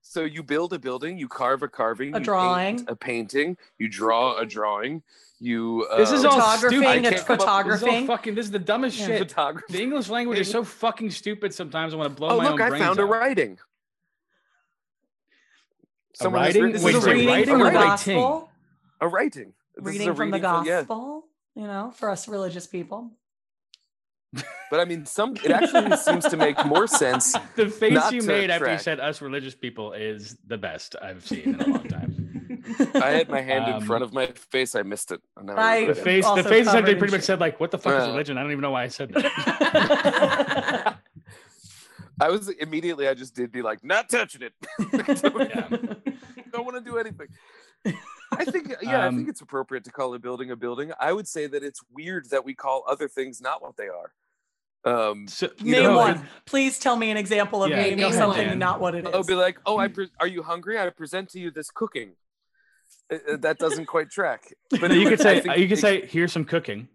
so you build a building you carve a carving you paint
drawing.
a painting you draw a drawing you uh,
This is all
Photographing
stupid. I
and
can't come up
This is all
photographing.
fucking this is the dumbest
Yeah.
shit.
photography
The English language is so fucking stupid sometimes I want to blow
oh
my
look
own
i
brains
found a
out.
writing
A
Someone has
writing?
written- this
Wait,
is
This
a
is
wait,
writing
reading from
or
the
writing?
gospel.
a writing. This is
Reading
a
from the
reading yeah.
gospel. You know, for us religious people.
But I mean, some it actually seems to make more sense.
The face
Not
you
to
made after you
track.
said us religious people is the best I've seen in a long time.
I had my hand
Um,
in front of my face. I missed it. and now
I-
I
The
regret it.
face the
Also
face is like
covered
they
in
pretty much
shit.
said like what the fuck is
Uh.
religion? I don't even know why I said that.
I was immediately. I just did be like, not touching it. Don't want to do anything. I think yeah. I
Um,
think it's appropriate to call a building a building. I would say that it's weird that we call other things not what they are. Um,
So,
You
Name
know,
one. Please tell me an example of
Yeah,
naming
go ahead,
something
Dan.
not what it
I'll
is.
be like, oh, I
Mm.
pre- are you hungry? I present to you this cooking. Uh, uh, that doesn't quite track. But
you
anyway,
could
I
say
think
you could
it-
say here's some cooking.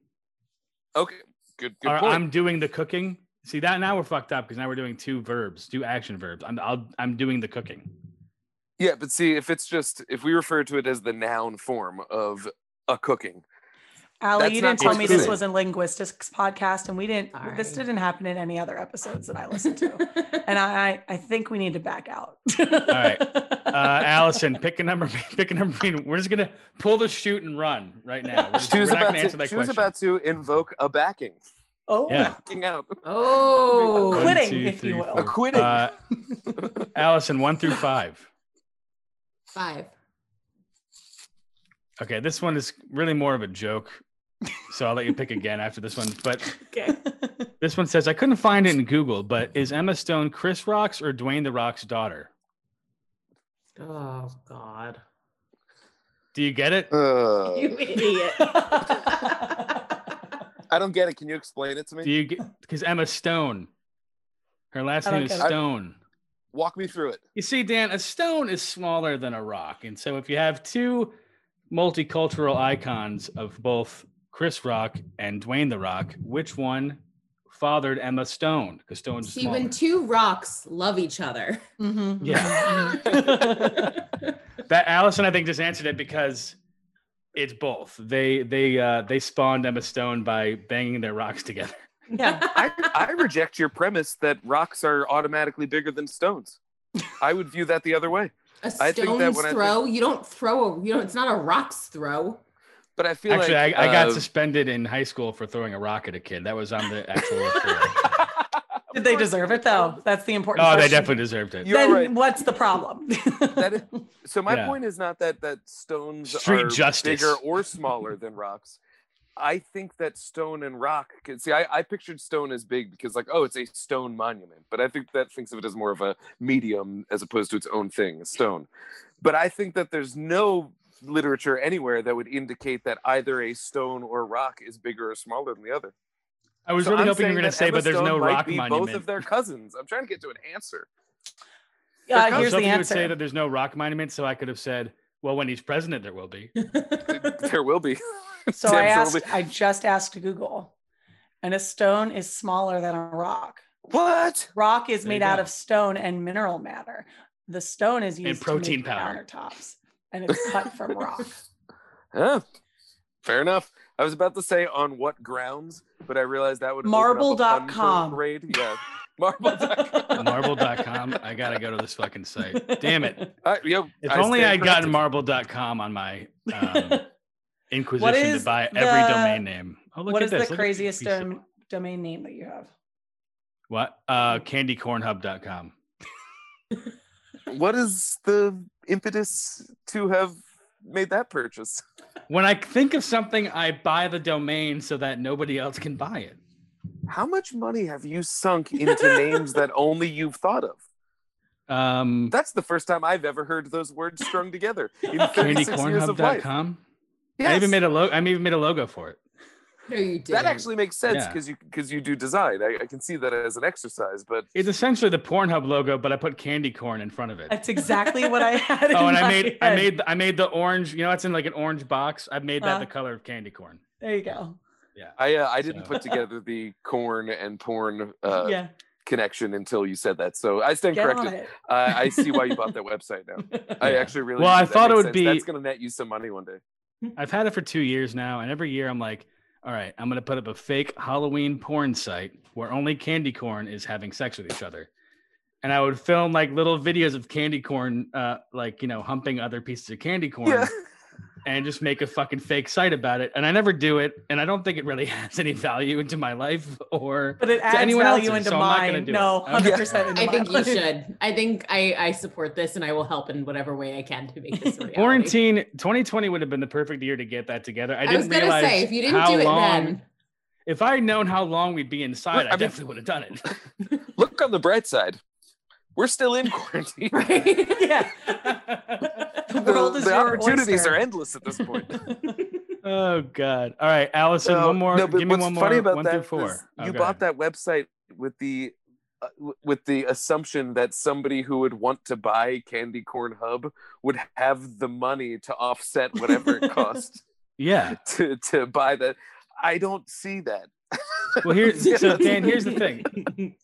okay, good, good
or
point.
I'm doing the cooking. See that now we're fucked up because now we're doing two verbs, two action verbs. I'm I'll, I'm doing the cooking.
Yeah, but see, if it's just if we refer to it as the noun form of a cooking,
Allie,
That's
you didn't
not
tell
what's
me this
cool.
was a linguistics podcast, and we didn't. This
Sorry.
didn't happen in any other episodes that I listened to, and I, I- I think we need to back out. All
right. Uh, Allison, pick a number. Pick a number. between- We're just gonna pull the shoot and run right now. We're, just,
she was
we're not
about
gonna
to,
answer that
she was
question.
about to invoke a backing,
oh,
Yeah.
backing out,
oh,
One, Quitting, if you will.
a
four.
quitting.
Uh, Allison, one through five.
five.
Okay, this one is really more of a joke, so I'll let you pick again after this one. But
Okay.
this one says I couldn't find it in Google, but is Emma Stone Chris Rock's or Dwayne the Rock's daughter?
Oh God.
Do you get it?
Uh,
You idiot.
I don't get it. Can you explain it to me?
Do you get because Emma Stone? Her last
I
name
don't
is
get it.
Stone.
Walk me through it.
You see, Dan, a stone is smaller than a rock. And so if you have two multicultural icons of both Chris Rock and Dwayne the Rock, which one fathered Emma Stone? Because Stone's
See,
smaller.
when two rocks love each other.
Mm-hmm.
Mhm,
Yeah.
mhm, mhm.
that Allison, I think, just answered it because It's both. They they uh, they spawned Emma Stone by banging their rocks together.
Yeah.
I, I reject your premise that rocks are automatically bigger than stones. I would view that the other way.
a
I think that
stone's
when I think-
throw. you don't throw. A, you know, it's not a rock's throw.
But I feel
Actually,
like
I, I got
uh,
suspended in high school for throwing a rock at a kid. That was on the actual. throw.
Did they deserve it though? That's the important.
oh, they
question.
definitely deserved it.
You're
then
right.
what's the problem?
That is, so my
Yeah.
point is not that that stones
Street
are
justice.
bigger or smaller than rocks. I think that stone and rock can see. I, I pictured stone as big because like oh, it's a stone monument, but I think that thinks of it as more of a medium as opposed to its own thing, a stone. But I think that there's no literature anywhere that would indicate that either a stone or rock is bigger or smaller than the other.
I was
So
really
I'm
hoping you
saying
were going to
that
say,
Emma
but there's
Stone
no
might
rock
be
monument.
Both of their cousins. I'm trying to get to an answer.
Uh,
I was
here's the
hoping you would say
answer.
that there's no rock monument, so I could have said, "Well, when he's president, there will be."
there will be.
So
Damn,
I
there will
asked.
be-
I just asked Google, and a stone is smaller than a rock.
What?
Rock is
There
made
you
out
go.
of stone and mineral matter. The stone is used
protein
to make
powder.
countertops, and it's cut from rock.
Huh. Fair enough. I was about to say on what grounds, but I realized that would open up a
Marble.com.
pun parade. Yeah. Marble.com.
Marble.com. I gotta go to this fucking site. Damn it!
All right, yo,
If
I
only
stand
I had gotten
corrected.
Marble.com on my um,
What
inquisition
is
to buy
the-
every domain name. Oh, look
what
at
is
this.
the
Look at this
craziest
piece of-
dom- domain name that you have?
What? Uh, candycornhub.com.
What is the impetus to have made that purchase?
When I think of something, I buy the domain so that nobody else can buy it.
How much money have you sunk into names that only you've thought of?
Um,
That's the first time I've ever heard those words strung together in 36 years of life.
candycornhub.com. I even made a logo. I even made a logo for it.
No, you did.
that actually makes sense
Yeah.
because you because you do design. I, I can see that as an exercise, but
It's essentially the Pornhub logo, but I put candy corn in front of it.
That's exactly what I had.
oh,
in
and
my
I made I
head.
made I made the orange. You know, it's in like an orange box. I made that
Uh-huh.
the color of candy corn.
There you go.
I uh, I didn't
So-
put together the corn and porn uh,
yeah,
connection until you said that. So I stand
get on
corrected.
it.
I I see why you bought that website now. I
Yeah.
actually really
Well,
do.
I
That
thought it
makes
would
sense.
be-
that's going to net you some money one day.
I've had it for two years now, and every year I'm like, all right, I'm gonna put up a fake Halloween porn site where only candy corn is having sex with each other. And I would film like little videos of candy corn, uh, like you know, humping other pieces of candy corn,
Yeah.
and just make a fucking fake site about it. And I never do it, and I don't think it really has any value into my life or
But it adds
anyone
value
else's,
into
so I'm not gonna
mine.
do it.
No,
Okay.
hundred percent.
I think you should. I think I, I support this and I will help in whatever way I can to make this a reality.
quarantine 2020 would have been the perfect year to get that together. I
I,
didn't
was gonna
realize
say if you didn't
how
do it
long-
then,
If I had known how long we'd be inside,
Look,
I,
I mean-
definitely would have done it.
Look on the bright side. We're still in quarantine.
right?
yeah, the world
the
is
the
your
opportunities
oyster.
are endless at this point.
oh God! All right, Allison,
No,
one more.
no, but
give me
what's
one more.
funny about
one
that
through
is
four.
you bought that website with the uh, w- with the assumption that somebody who would want to buy Candy Corn Hub would have the money to offset whatever it costs
Yeah.
to to buy that. I don't see that.
Well, here's so
Yeah.
Dan. Here's the thing.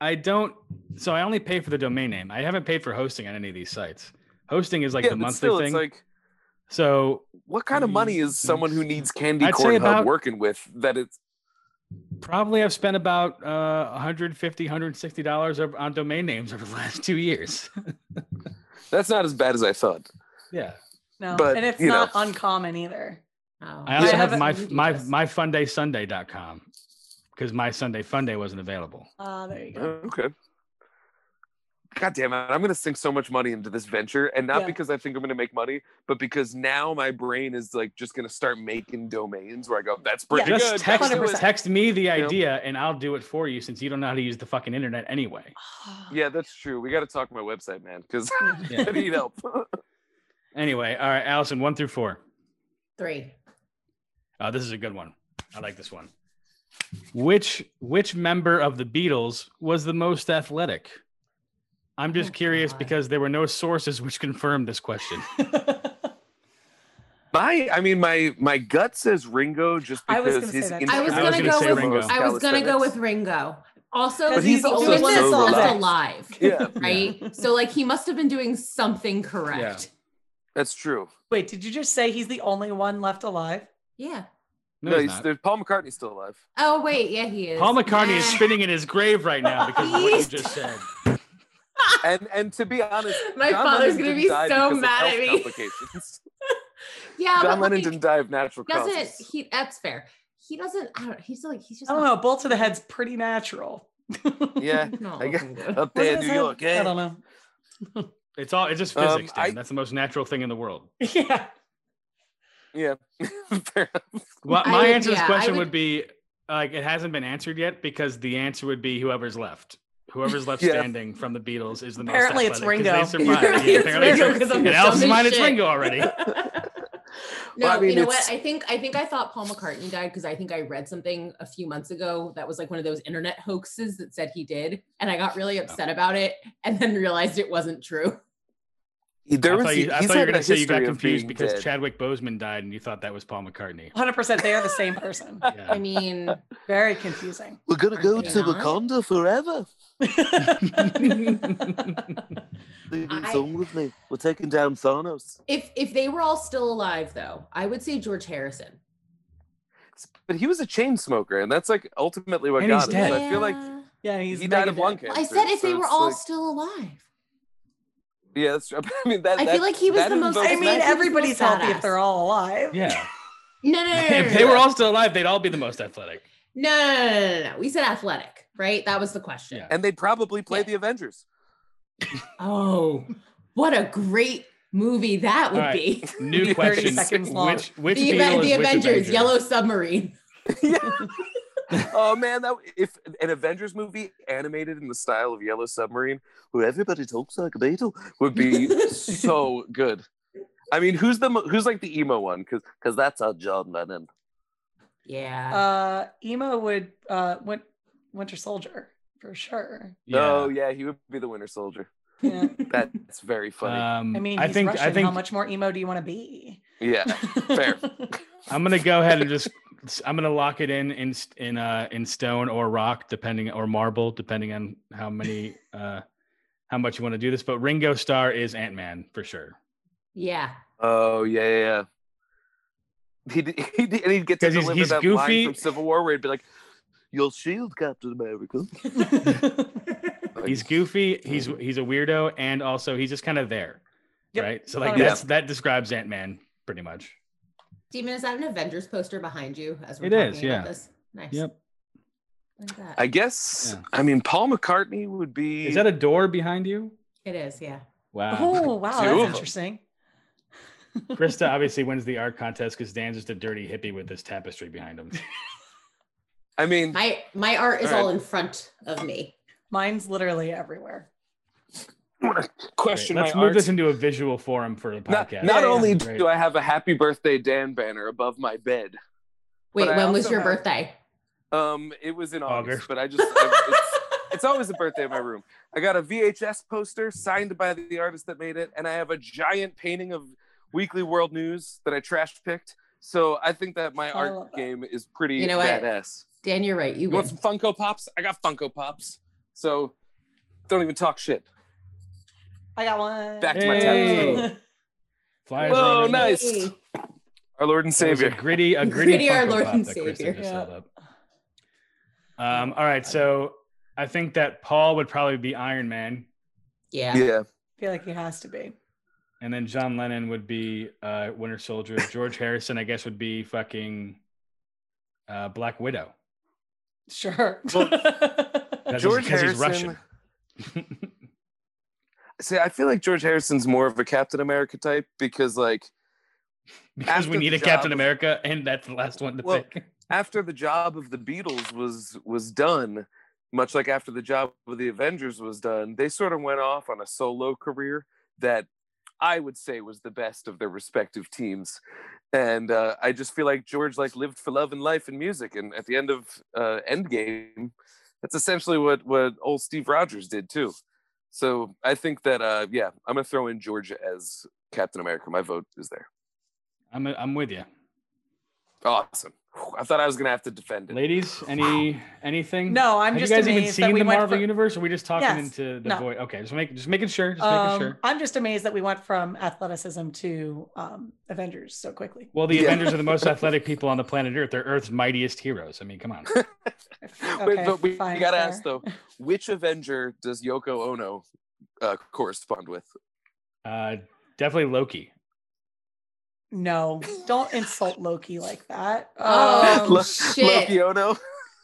I don't. So I only pay for the domain name. I haven't paid for hosting on any of these sites. Hosting is like
yeah,
the
but
monthly
still,
thing.
it's like
so
what kind of money is someone who needs Candy
I'd say
Corn Hub
about-
working with that it's
probably I've spent about uh, 150, 160 dollars on domain names over the last two years.
that's not as bad as I thought.
yeah.
No,
But,
and it's
you know.
not uncommon either.
Oh.
I also
I
have
haven't-
my
You do
my
this.
my fundaysunday.com because my Sunday Funday wasn't available.
Uh, there you go.
Okay. God damn it. I'm going to sink so much money into this venture. And not
Yeah.
because I think I'm going to make money, but because now my brain is like just going to start making domains where I go, that's pretty
Yeah.
Just
good.
text,
let's do it."
100%.
text me the
know?
idea and I'll do it for you since you don't know how to use the fucking internet anyway.
Yeah, that's true. We got to talk to my website, man, because
Yeah.
I need help.
Anyway, all right, Allison, one through four.
three.
Uh, this is a good one. I like this one. Which which member of the Beatles was the most athletic? I'm just
Oh,
curious
God.
because there were no sources which confirmed this question.
my, I mean, my my gut says Ringo just
I was
because
gonna say
his
that.
instrument
I was
I was
gonna
gonna say
go
Ringo.
with I was gonna go with Ringo. Also,
But
he's,
he's
the
also
only one that's
so
left
relaxed.
alive,
Yeah.
right? So like he must have been doing something correct.
That's true.
Wait, did you just say he's the only one left alive?
Yeah.
No,
he's
he's,
not.
there's- Paul McCartney's still alive.
Oh wait, yeah, he is.
Paul McCartney is
Yeah.
spinning in his grave right now because of what you just said.
And and to be honest,
My
John
father's
Lennon
gonna
didn't
be
die
so
because of
mad
health
at me.
complications.
Yeah,
John
but
Lennon
like,
didn't die of natural
doesn't
causes.
he? That's fair. He doesn't. I don't. He's like he's just.
I don't
not-
know. Bolt to Oh, the head's pretty natural.
yeah,
he's not
I guess-
looking good.
up there
Was it
in
his
New
head?
York. eh?
I don't know.
It's all it's just
Um,
physics, Dan.
I-
That's the most natural thing in the world.
Yeah.
Yeah, Fair enough.
Well,
I
my
would-
answer to this
yeah, I
question would,
would-
be like it hasn't been answered yet because the answer would be whoever's left. Whoever's left
Yeah.
standing from the Beatles is the most
Apparently it's
athletic 'cause they
Ringo.
survived.
Apparently
Yeah,
it's
apparently it's
Ringo
Ringo.
'cause I'm
It
dumb
helps
as
mine, it's
shit.
Ringo already.
No,
Well, I mean,
you know what?
it's-
I think I think I thought Paul McCartney died because I think I read something a few months ago that was like one of those internet hoaxes that said he did, and I got really upset about it, and then realized it wasn't true.
There
I
was,
thought you, I
he's
thought you were
had
going
a
to say you got
history of
confused
being
because
dead.
Chadwick Boseman died and you thought that was Paul McCartney.
100% they are the same person.
Yeah.
I mean,
Very confusing.
We're gonna
Aren't go they to not?
Wakanda forever.
I- song
with me. We're taking down Thanos.
if if they were all still alive though, I would say George Harrison.
But he was a chain smoker, and that's like ultimately what
And he's
got him. So I feel like
Yeah.
yeah, he's
he died of
mega
lung
dead.
cancer.
I said if
so
they were
it's
all
like-
still alive.
yeah, that's true. I mean, that,
I feel
that-
like he was
that
the most-
invokes
I mean,
that-
Imagine
everybody's
if he was
healthy if
badass.
they're all alive.
yeah.
No, no, no, no, no,
If
no,
they were
no.
all still alive, they'd all be the most athletic.
No, no, no, no, no, no, no. We said athletic, right? That was the question.
Yeah.
and they'd probably play
Yeah.
the Avengers.
Oh, what a great movie that would
All right.
be.
New
30
question.
seconds long.
Which which
the,
Beatle is
Aven- the
which
Avengers,
Avenger?
Yellow Submarine.
oh man, that if an Avengers movie animated in the style of Yellow Submarine, where everybody talks like a beetle, would be so good. I mean, who's the mo- who's like the emo one? Because because that's our John Lennon.
Yeah.
Uh, emo would uh, win- Winter Soldier for sure.
Yeah.
Oh yeah, he would be the Winter Soldier.
Yeah.
That's very funny.
Um,
I mean,
I
he's
think
Russian.
I think
how much more emo do you want to be?
yeah, fair.
I'm gonna go ahead and just I'm gonna lock it in in st- in uh in stone or rock depending or marble depending on how many uh how much you want to do this. But Ringo Starr is Ant Man for sure
yeah.
Oh yeah, yeah. yeah. He did, he did, and he'd get to
'Cause he's-
deliver
he's
that
goofy.
line from Civil War where he'd be like, "You'll shield Captain America." Like,
he's goofy. He's he's a weirdo, and also he's just kind of there,
Yep.
right? So like
Yeah.
that's that describes Ant Man pretty much.
Demon, is that an Avengers poster behind you as we're
It
talking
is,
about
yeah.
this? Nice. Look at that.
I guess.
Yeah.
I mean, Paul McCartney would be.
Is that a door behind you?
it is, yeah.
Wow.
oh wow,
Two of
that's
them.
interesting.
Krista obviously wins the art contest because Dan's just a dirty hippie with this tapestry behind him.
I mean,
My my art is
All right.
all in front of me.
Mine's literally everywhere.
question
Great. Let's
my
move
art.
this into a visual forum for the
not,
podcast.
not
Yeah,
only
yeah.
do I have a happy birthday Dan banner above my bed,
Wait,
But I
when was
also
your
have-
birthday?
um, it was in August,
August.
but I just I, it's, it's always the birthday in my room. I got a VHS poster signed by the artist that made it, and I have a giant painting of Weekly World News that I trash picked. So I think that my
I love
art
that.
game is pretty
You know what?
badass.
Dan, you're right. You
You want
win.
some Funko Pops? I got Funko Pops. So don't even talk shit.
I got one.
Back
to my Hey. Flyers
Whoa,
are
Oh,
over there.
nice.
Hey.
Our Lord and
That was
Savior.
A gritty, a gritty,
Gritty, our
Funko
Lord
Pop
and
that Kristen
Savior.
just
Yeah.
held up. Um, all right, so I think that Paul would probably be Iron Man,
Yeah.
Yeah.
I feel like he has to be.
and then John Lennon would be uh, Winter Soldier. George Harrison, I guess, would be fucking uh, Black Widow.
Sure.
Well,
That's
George
because he's
Harrison.
Russian.
See, I feel like George Harrison's more of a Captain America type because, like,
because
After
we need
the
a Captain
job-
America, and that's the last one to
Well,
pick.
after the job of the Beatles was was done, much like after the job of the Avengers was done, they sort of went off on a solo career that I would say was the best of their respective teams. And uh, I just feel like George like lived for love and life and music. And at the end of uh, Endgame, that's essentially what what old Steve Rogers did too. So I think that uh, yeah, I'm gonna throw in George as Captain America. My vote is there.
I'm, I'm with you.
Awesome. Whew, I thought I was gonna have to defend it.
Ladies, any anything?
No, I'm
Have
just
you guys
amazed
even
that
seen
we
the
went
Marvel
from-
universe? Or are we just talking
Yes.
into the
No.
void? Okay, just making just making sure. Just
Um,
making sure.
I'm just amazed that we went from athleticism to um, Avengers so quickly.
Well, the
Yeah.
Avengers are the most athletic people on the planet Earth. They're Earth's mightiest heroes. I mean, come on.
Wait,
Okay,
but we, we
fine,
gotta
fair.
ask though, which Avenger does Yoko Ono uh, correspond with?
Uh, definitely Loki.
No, don't insult Loki like that.
Oh,
Um,
Lo-
shit.
Loki Ono.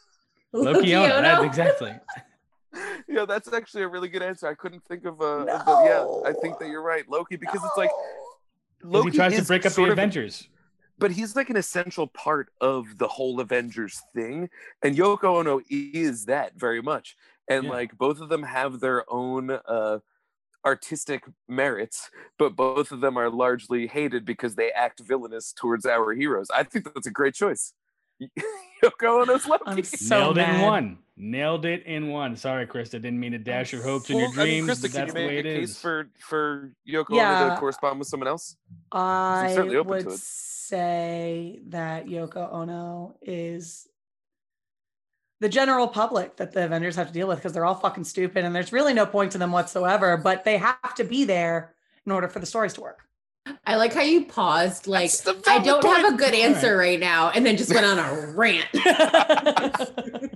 Loki, Ono.
Ono?
That's exactly.
yeah, that's actually a really good answer. I couldn't think of uh, of the- yeah. I think that you're right, Loki, because it's like
no.
Loki
Loki
he tries to
is
break up the
sort of-
Avengers.
but he's like an essential part of the whole Avengers thing, and Yoko Ono is that very much. And
Yeah.
like both of them have their own uh, artistic merits, but both of them are largely hated because they act villainous towards our heroes. I think that's a great choice. Yoko Ono's Loki.
I'm so
Nailed it in
mad.
one. Nailed it in one. Sorry, Krista. Didn't mean to dash your hopes and your
Well, I mean,
dreams.
Krista,
but
can you
that's the way
make
it
a case
is.
for for Yoko Ono
Yeah.
to correspond with someone else?
I
certainly open
would
to it.
say that Yoko Ono is the general public that the Avengers have to deal with because they're all fucking stupid and there's really no point to them whatsoever, but they have to be there in order for the stories to work.
I like how you paused. Like,
That's the
I don't
valid
have a
point.
good answer right now, and then just went on a rant.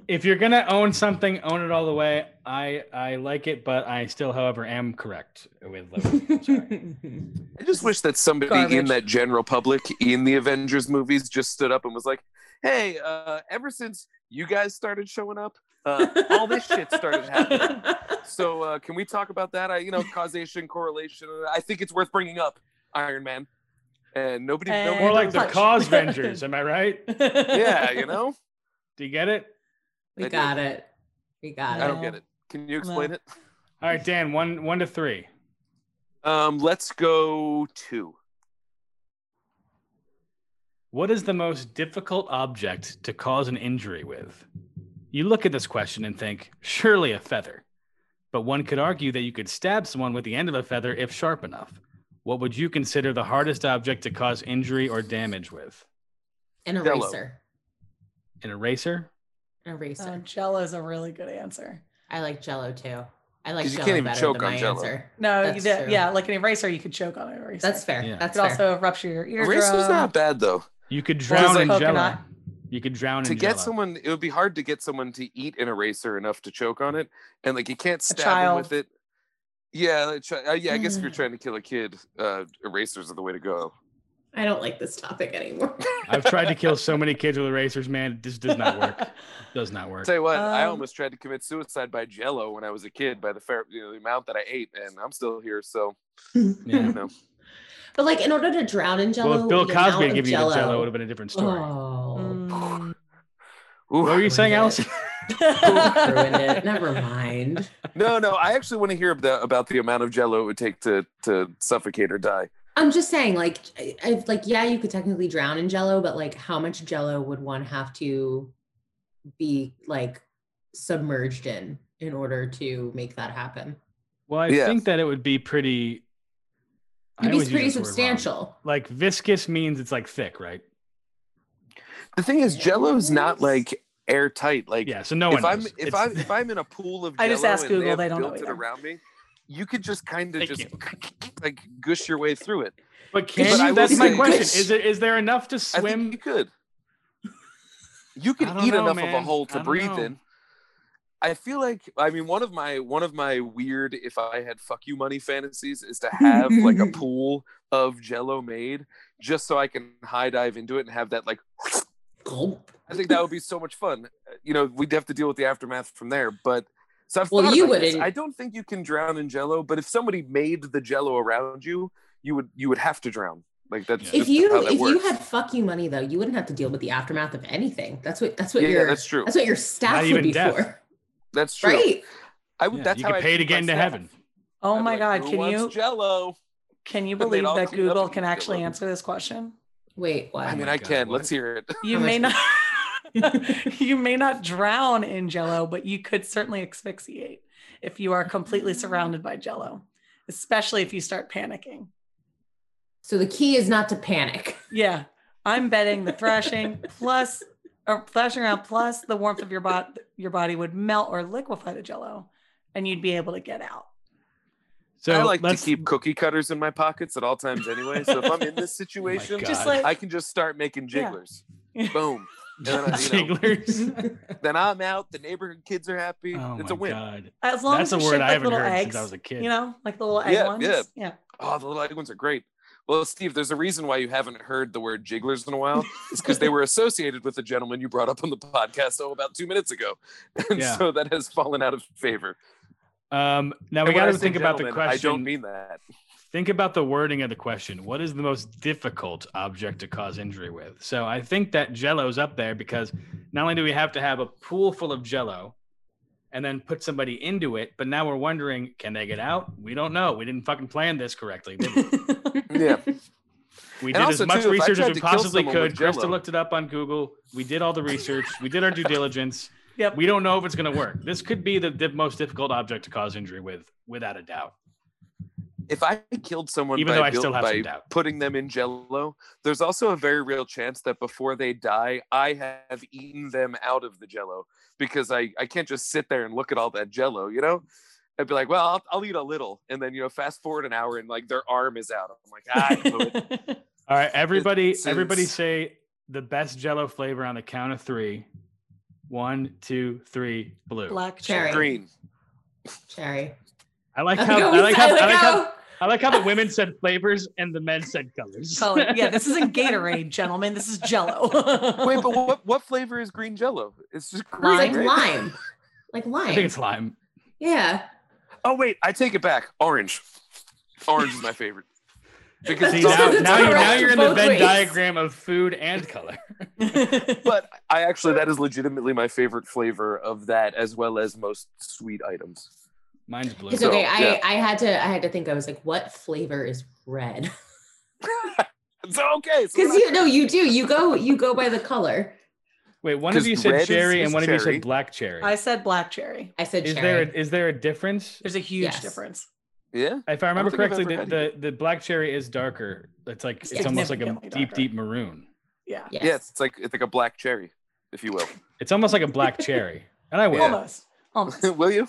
If you're gonna own something, own it all the way. I I like it, but I still, however, am correct with Loki. I'm sorry.
I just wish that somebody in
Garbage.
that general public in the Avengers movies just stood up and was like, "Hey, uh, ever since you guys started showing up, uh, all this shit started happening. So uh, can we talk about that? I, you know, causation, correlation. I think it's worth bringing up, Iron Man." And nobody,
And-
nobody
More like the
Punch.
cause Avengers. Am I right?
yeah, you know,
Do you get it?
I
we
do.
got it. We got
I
it.
don't get it. Can you explain it?
All right, Dan. One one to three.
Um, let's go to.
What is the most difficult object to cause an injury with? You look at this question and think, surely a feather. But one could argue that you could stab someone with the end of a feather if sharp enough. What would you consider the hardest object to cause injury or damage with?
An
Jello.
eraser.
An eraser?
An eraser.
Um, Jell is a really good answer.
I like Jello too. I like
'Cause you
Jello
can't even
better
choke
than
on
my
Jell-O.
answer.
No,
That's
you did-
true.
yeah, like an eraser, you could choke on an eraser.
That's fair.
Yeah.
You
That's
could
fair.
also rupture your eardrum.
Eraser's not bad though.
You could
Or
drown
just
in
a
jello.
coconut.
You could drown
to
in
get
jello.
someone it would be hard to get someone to eat an eraser enough to choke on it and like you can't stab them
child.
with it yeah a chi- uh, yeah i guess if you're
Mm.
trying to kill a kid uh erasers are the way to go
I don't like this topic anymore.
I've tried to kill so many kids with erasers, man. It just does not work. Does not work.
tell you what i
Um,
almost tried to commit suicide by jello when i was a kid by the fair you know, the amount that i ate and i'm still here so
Yeah.
you know
But like, in order to drown in Jello,
Well, if Bill
the
Cosby
amount
had
of
given you the jello, it would have
Jell-O-
been a different story.
Oh,
Mm.
Ooh.
what were you saying,
it.
Allison?
ruined it. Mm. Never mind.
no no i actually want to hear the, about the amount of jello it would take to to suffocate or die
I'm just saying, like, I, I, like yeah, you could technically drown in Jello, but like, how much Jello would one have to be like submerged in in order to make that happen?
Well, I
Yeah.
think that it would be pretty. I
It'd
always use
be pretty
this word wrong.
substantial.
Like viscous means it's like thick, right?
the thing is jello's not like airtight like
Yeah. So no
if
one.
I'm
knows.
if
It's-
I'm if I'm in a pool of
I just
Jell-O
asked
and
Google,
have
they don't know
built it
either.
around me, you could just kind of
Thank
just
you.
like gush your way through it.
but can
But I
you?
will
That's my
say-
question. Is it is there enough to
I think
swim?
you could. You could
I don't
eat
know,
enough of a
man.
hole
I
to
don't
breathe
know.
in. I feel like I mean one of my one of my weird if I had fuck you money fantasies is to have like a pool of Jello made just so I can high dive into it and have that like
Gulp.
I think that would be so much fun. Uh, You know, we'd have to deal with the aftermath from there. But so I've
Well,
thought
you
about this.
wouldn't.
I don't think you can drown in Jello, but if somebody made the Jello around you, you would you would have to drown. Like that's
Yeah.
if
just
you
how that
if
works.
you had fuck you money though, you wouldn't have to deal with the aftermath of anything. That's what that's what
yeah, yeah,
your
that's true.
that's what your staff
Not
would
even
be
death.
for,
That's true.
right?
I would.
Yeah,
that's
you
how
get
I'd
paid
feed
again to
myself.
heaven. Oh
oh
I'd
my
be like, "Who
God! Can
wants
you
Jello.
can you
They'd
believe
all
that
clean up
Google
and
can
get
actually
one.
answer this question?
Wait, what?
I
Oh
mean,
my
I
God,
can.
what?
Let's hear it.
You
How
may
much-
not you may not drown in Jello, but you could certainly asphyxiate if you are completely surrounded by Jello, especially if you start panicking.
so the key is not to panic.
Yeah, I'm betting the thrashing plus or thrashing around plus the warmth of your bot your body would melt or liquefy the jello and you'd be able to get out.
So
I like to
let's Oh
keep cookie cutters in my pockets at all times anyway. So if I'm in this situation,
God.
Just like
I can just start making
Yeah.
jigglers. Boom. then I- you know-
Jigglers.
Then I'm out. The neighborhood kids are happy.
Oh
it's
my
a win.
god,
as long
that's a
as they're
word
shaped
I
like
haven't
little
heard
eggs,
since I was a kid. Um,
You know, like the little egg
Yeah,
ones.
yeah.
yeah.
Oh, the little egg ones are great. Well, Steve, there's a reason why you haven't heard the word jigglers in a while. It's because they were associated with the gentleman you brought up on the podcast oh about two minutes ago, and
Yeah.
so that has fallen out of favor.
um, now
And
we
when
got
I
to
say
think about the
gentleman,
question.
I don't mean that.
think about the wording of the question. What is the most difficult object to cause injury with? So I think that jello's up there because not only do we have to have a pool full of jello and then put somebody into it, but now we're wondering, can they get out? We don't know. We didn't fucking plan this correctly. Did we?
Yeah.
we
And
did
also,
as much
too, if I
research as
tried
we
to kill
possibly
someone
could.
with
Krista
Jell-O-
looked it up on Google. We did all the research. We did our due diligence.
Yep.
We don't know if it's going to work. This could be the, the most difficult object to cause injury with, without a doubt.
If I killed someone
Even
by,
though I
buil-
still have
by
some doubt.
putting them in jello, there's also a very real chance that before they die, I have eaten them out of the jello because I, I can't just sit there and look at all that jello, you know? I'd be like, well, I'll, I'll eat a little. And then, you know, fast forward an hour and like their arm is out. I'm like, ah, I blew it.
All right, everybody,
It's-
everybody
it's-
say the best Jello flavor on the count of three. One, two, three, blue.
Black
Cherry.
cherry.
green.
Cherry.
I like
Okay,
how
go
I like how I
inside,
like how,
go.
I like how the women said flavors and the men said colors.
Color. Yeah, this isn't Gatorade, gentlemen. This is Jello.
Wait, but what, what flavor is green jello? It's just green.
Like
right?
lime. Like
I think
lime.
it's lime.
Yeah.
Oh, wait, I take it back. Orange. Orange is my favorite. Because
See,
So
now, now,
it's
you're, now
correct
you're in the
both
Venn
ways.
diagram of food and color.
but I actually that is legitimately my favorite flavor of that as well as most sweet items.
Mine's blue.
It's
So,
okay. I,
yeah.
I had to I had to think I was like, what flavor is red?
So okay, so
Because
then
you no, you do. You go you go by the color.
Wait, one of
'Cause
you said
red is-
cherry
is
and one of you
cherry.
said black cherry.
I said black cherry.
I said
is there
cherry.
a, is there a difference?
There's a huge
Yes.
difference.
I- yeah,
If I remember
think I've
correctly, the,
ever
the, the black cherry is darker. It's like it's almost like a
Significantly
deep,
darker.
deep maroon.
Yeah.
yes.
yeah, it's like it's like a black cherry, if you will.
It's almost like a black cherry, and I will.
Yeah.
Almost. Almost.
will you?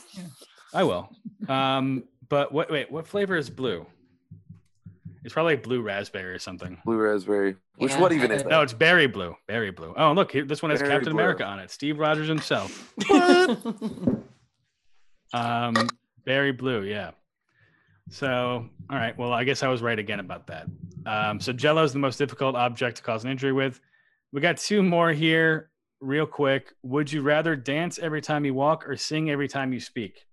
I will. Um, but what? Wait, what flavor is blue? It's probably blue raspberry or something.
Blue raspberry. Which
Yeah,
what
I
even is
would.
that?
No, it's berry blue. Berry blue. Oh, look, here, this one has
Berry
Captain
blue.
America on it. Steve Rogers himself. Um, berry blue. Yeah. So, all right. Well, I guess I was right again about that. Um, so Jello is the most difficult object to cause an injury with. We got two more here, real quick. Would you rather dance every time you walk or sing every time you speak?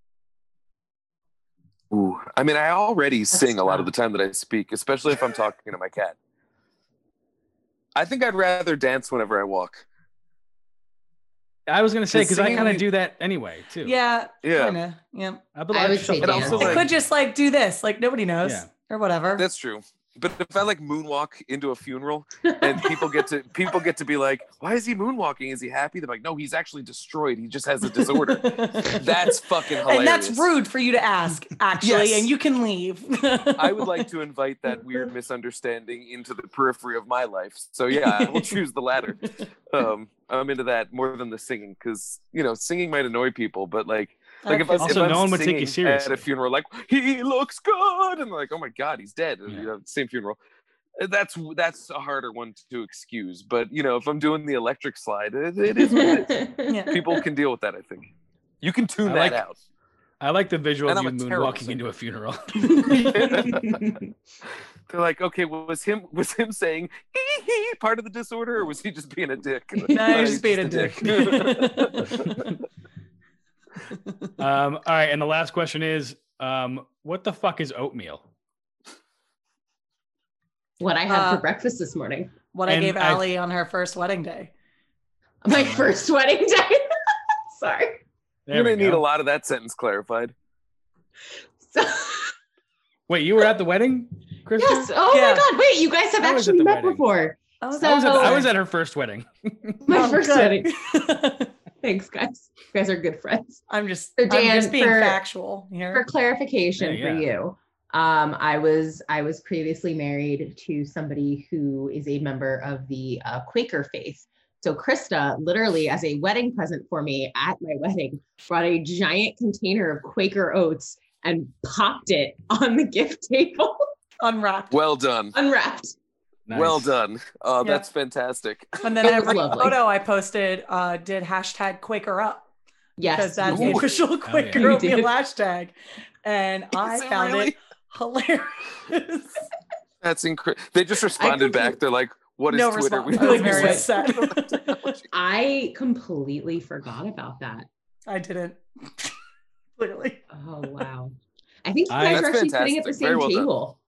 Ooh. I mean, I already sing a lot
not-
of the time that I speak, especially if I'm talking to my cat. I think I'd rather dance whenever I walk.
I was gonna say
Does
because I
singing-
kind of do that anyway too.
yeah.
Yeah,
Kinda. Yeah.
I, but
I
I've
would say
shuffled
And
it
also,
along.
I
like-
could just like do this. Like nobody knows
Yeah.
or whatever.
that's true. But if I like moonwalk into a funeral, and people get to people get to be like, "Why is he moonwalking? Is he happy?" They're like, "No, he's actually destroyed. He just has a disorder." That's fucking hilarious.
and that's rude for you to ask, actually,
Yes.
and you can leave.
I would like to invite that weird misunderstanding into the periphery of my life. So yeah, I will choose the latter. Um, I'm into that more than the singing because you know singing might annoy people, but like like if I
Also,
if I'm
no one would take you
singing at
seriously.
a funeral, like he looks good, and like oh my god, he's dead. and,
Yeah.
You know, same funeral. Uh, That's that's a harder one to excuse, but you know if I'm doing the electric slide, it, it is. What it is. people can deal with that. I think you can tune
I
that
like-
out.
I like the visual of
And
you
I'm a terrible
moonwalking
singer.
into a funeral.
They're like, okay, well, was him was him saying "Ee hee" part of the disorder, or was he just being a dick?
no,
Uh,
you're
he's
just being a dick.
um, all right, and the last question is, um, what the fuck is oatmeal?
what I had
Uh,
for breakfast this morning.
what I
And
gave
I-
Allie on her first wedding day.
My first wedding day. Sorry.
There
You're gonna
we
need a
go.
lot of that sentence clarified.
So,
Wait, you were at the wedding, Krista?
yes. Oh
Yeah.
my god. Wait, you guys have
I was at
actually
the
met
wedding.
before.
Oh,
So-
I was, at, I
Oh.
was at her first wedding.
My
Oh,
first
good.
wedding. Thanks, guys. You guys are good friends.
I'm just,
So,
I'm
Dan,
just being
for-
factual here.
For clarification
Yeah, yeah.
for you, Um, I was I was previously married to somebody who is a member of the uh, Quaker faith. So Krista, literally as a wedding present for me at my wedding, brought a giant container of Quaker oats and popped it on the gift table,
Unwrapped.
Well done.
unwrapped.
Well
Nice.
done. Oh,
Yeah.
that's fantastic.
And then
It was
every
lovely.
photo I posted uh, did hashtag Quaker up because
Yes,
that's the
you
Ooh.
did.
official Quaker
You
oatmeal
did.
hashtag. And I
it
found
really?
it hilarious.
That's incredible. They just responded back.
couldn't-
They're like, "What is
no
Twitter?"
response.
We
I was
don't
very
know.
upset.
I completely forgot about that.
I didn't. Clearly.
Oh wow! I think you
I-
That's
guys were actually sitting at the
fantastic. Very
same
well done.
table.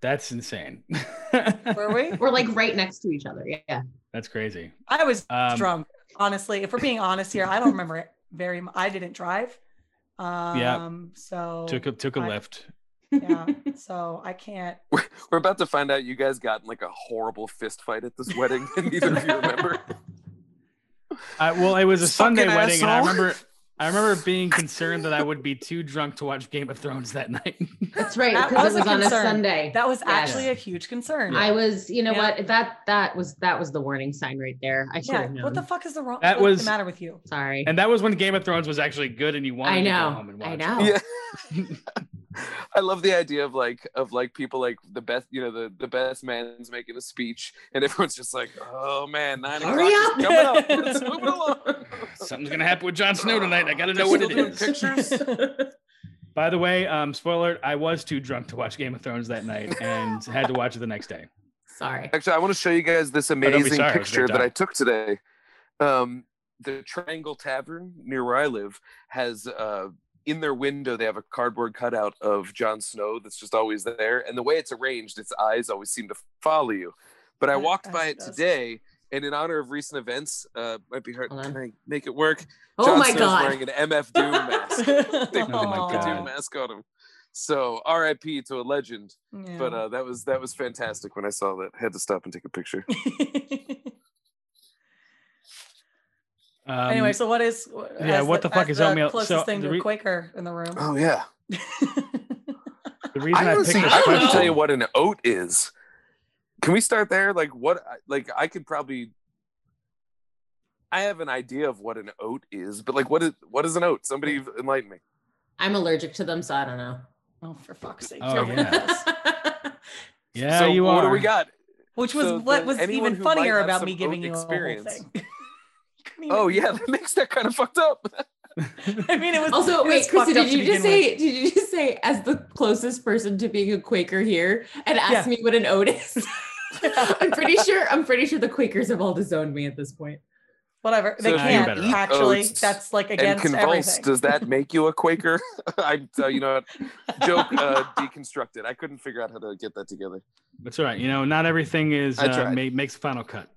That's insane.
Were we?
We're like right next to each other. Yeah.
That's crazy.
I was
Um,
drunk. Honestly, if we're being honest here, I don't remember it very much. I didn't drive. Um,
Yeah.
So,
Took a took a
I-
lift.
yeah. So I can't.
We're about to find out you guys got in like a horrible fist fight at this wedding, and neither of you remember.
I, Uh, well, it was a
Fucking
Sunday wedding, and I
asshole.
remember I remember being concerned that I would be too drunk to watch Game of Thrones that night.
That's right.
That was
Because it
a
was on a
concern.
Sunday.
That was
Yes.
actually a huge concern.
I was, you know
Yeah.
what? That that was that was the warning sign right there. I should
yeah.
have known.
What the fuck is the wrong?
That
what's
was-
the matter with you?
Sorry.
and that was when Game of Thrones was actually good, and you wanted
I
to
know.
go home and watch.
I
it.
know.
yeah i love the idea of like of like people like the best you know the the best man's making a speech and everyone's just like oh man nine o'clock
Hurry
is
up."
coming up let's move it along
Something's gonna happen with Jon Snow tonight. I gotta know what it
Still doing
is.
pictures
By the way, um, spoiler: alert, I was too drunk to watch Game of Thrones that night, and had to watch it the next day.
Sorry.
actually i want to show you guys this
Oh, be
amazing
sorry, it was a
picture
good
that i
time.
took today um the triangle tavern near where i live has uh in their window, they have a cardboard cutout of Jon Snow that's just always there. And the way it's arranged, its eyes always seem to follow you. But I
Yeah,
walked by
as
it
it does.
today, and in honor of recent events, uh, might be hard.
Hold on.
Can I make it work?
Oh
Jon
my
Snow's
god.
wearing an MF Doom mask. they put
Oh my
an MF Doom
God.
mask on him. So R.I.P. to a legend.
Yeah.
But uh, that was that was fantastic when I saw that. Had to stop and take a picture.
Um,
anyway, so what is?
yeah,
as
what the fuck
as
is
the
oatmeal-
Closest
so
thing
the
to a
re-
Quaker in the room.
Oh yeah.
the reason
I
I,
honestly, I
picked this
don't
couldn't
know.
tell
question,
you what an oat is. Can we start there? Like what? Like I could probably. I have an idea of what an oat is, but like, what is what is an oat? Somebody enlighten me.
I'm allergic to them, so I don't know.
oh, for fuck's sake!
Oh,
you're one of
yeah.
those.
yeah,
so
you
what
are.
do we got?
Which was
So
what
then
was
anyone
even
who might
funnier
have
about
some
me giving
oat
you
experience-
a whole thing. Couldn't even-
Oh yeah, that makes that kind of fucked up.
I mean, it was
Also,
it
wait,
was
Krista,
fucked up
did
to
you
begin with.
just say did you just say as the closest person to being a Quaker here and ask me what an oat is? I'm pretty sure I'm pretty sure the Quakers have all disowned me at this point.
whatever? They
So
now you're
can't
better off.
actually.
Oats
That's like
and
against
convulse.
everything.
Does that make you a Quaker? I, uh, you know, what? joke uh, deconstructed. I couldn't figure out how to get that together.
That's all right. You know, not everything is
I
uh,
tried.
ma- makes final cut.